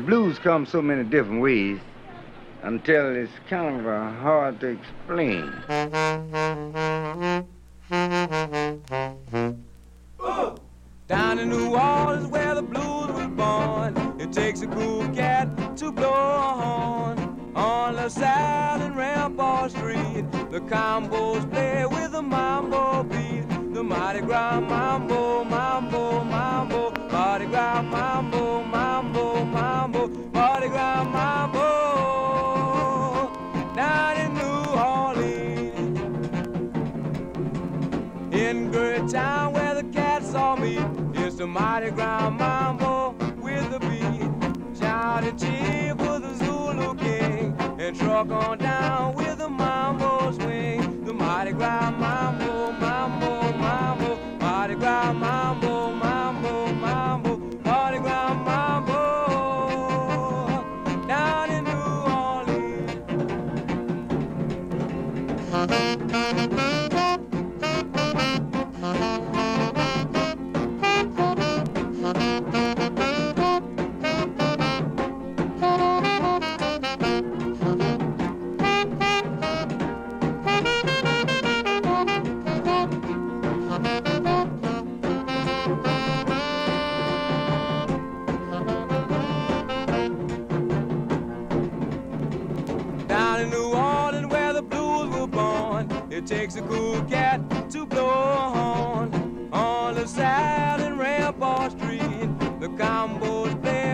S12: blues comes so many different ways until it's kind of uh, hard to explain.
S14: Down in New Orleans where the blues were born, it takes a cool cat to blow a horn. On La Salle and Rampart Street, the combos play with the mambo beat. The Mardi Gras mambo, mambo, mambo, Mardi Gras mambo, mambo, mambo, Mardi Gras mambo. Down in New Orleans. In good town where the cats all meet, it's the Mardi Gras Mambo with the beat. Shout and cheer for the Zulu King, and truck on down with the Mambo swing. The Mardi Gras Mambo, Mambo, Mambo, Mardi Gras Mambo, Mambo, Mambo, Mardi Gras Mambo. Down in New Orleans. Down in New Orleans where the blues were born, it takes a cool cat to blow a horn. On the side and Rampart Street, the combos play
S9: oh.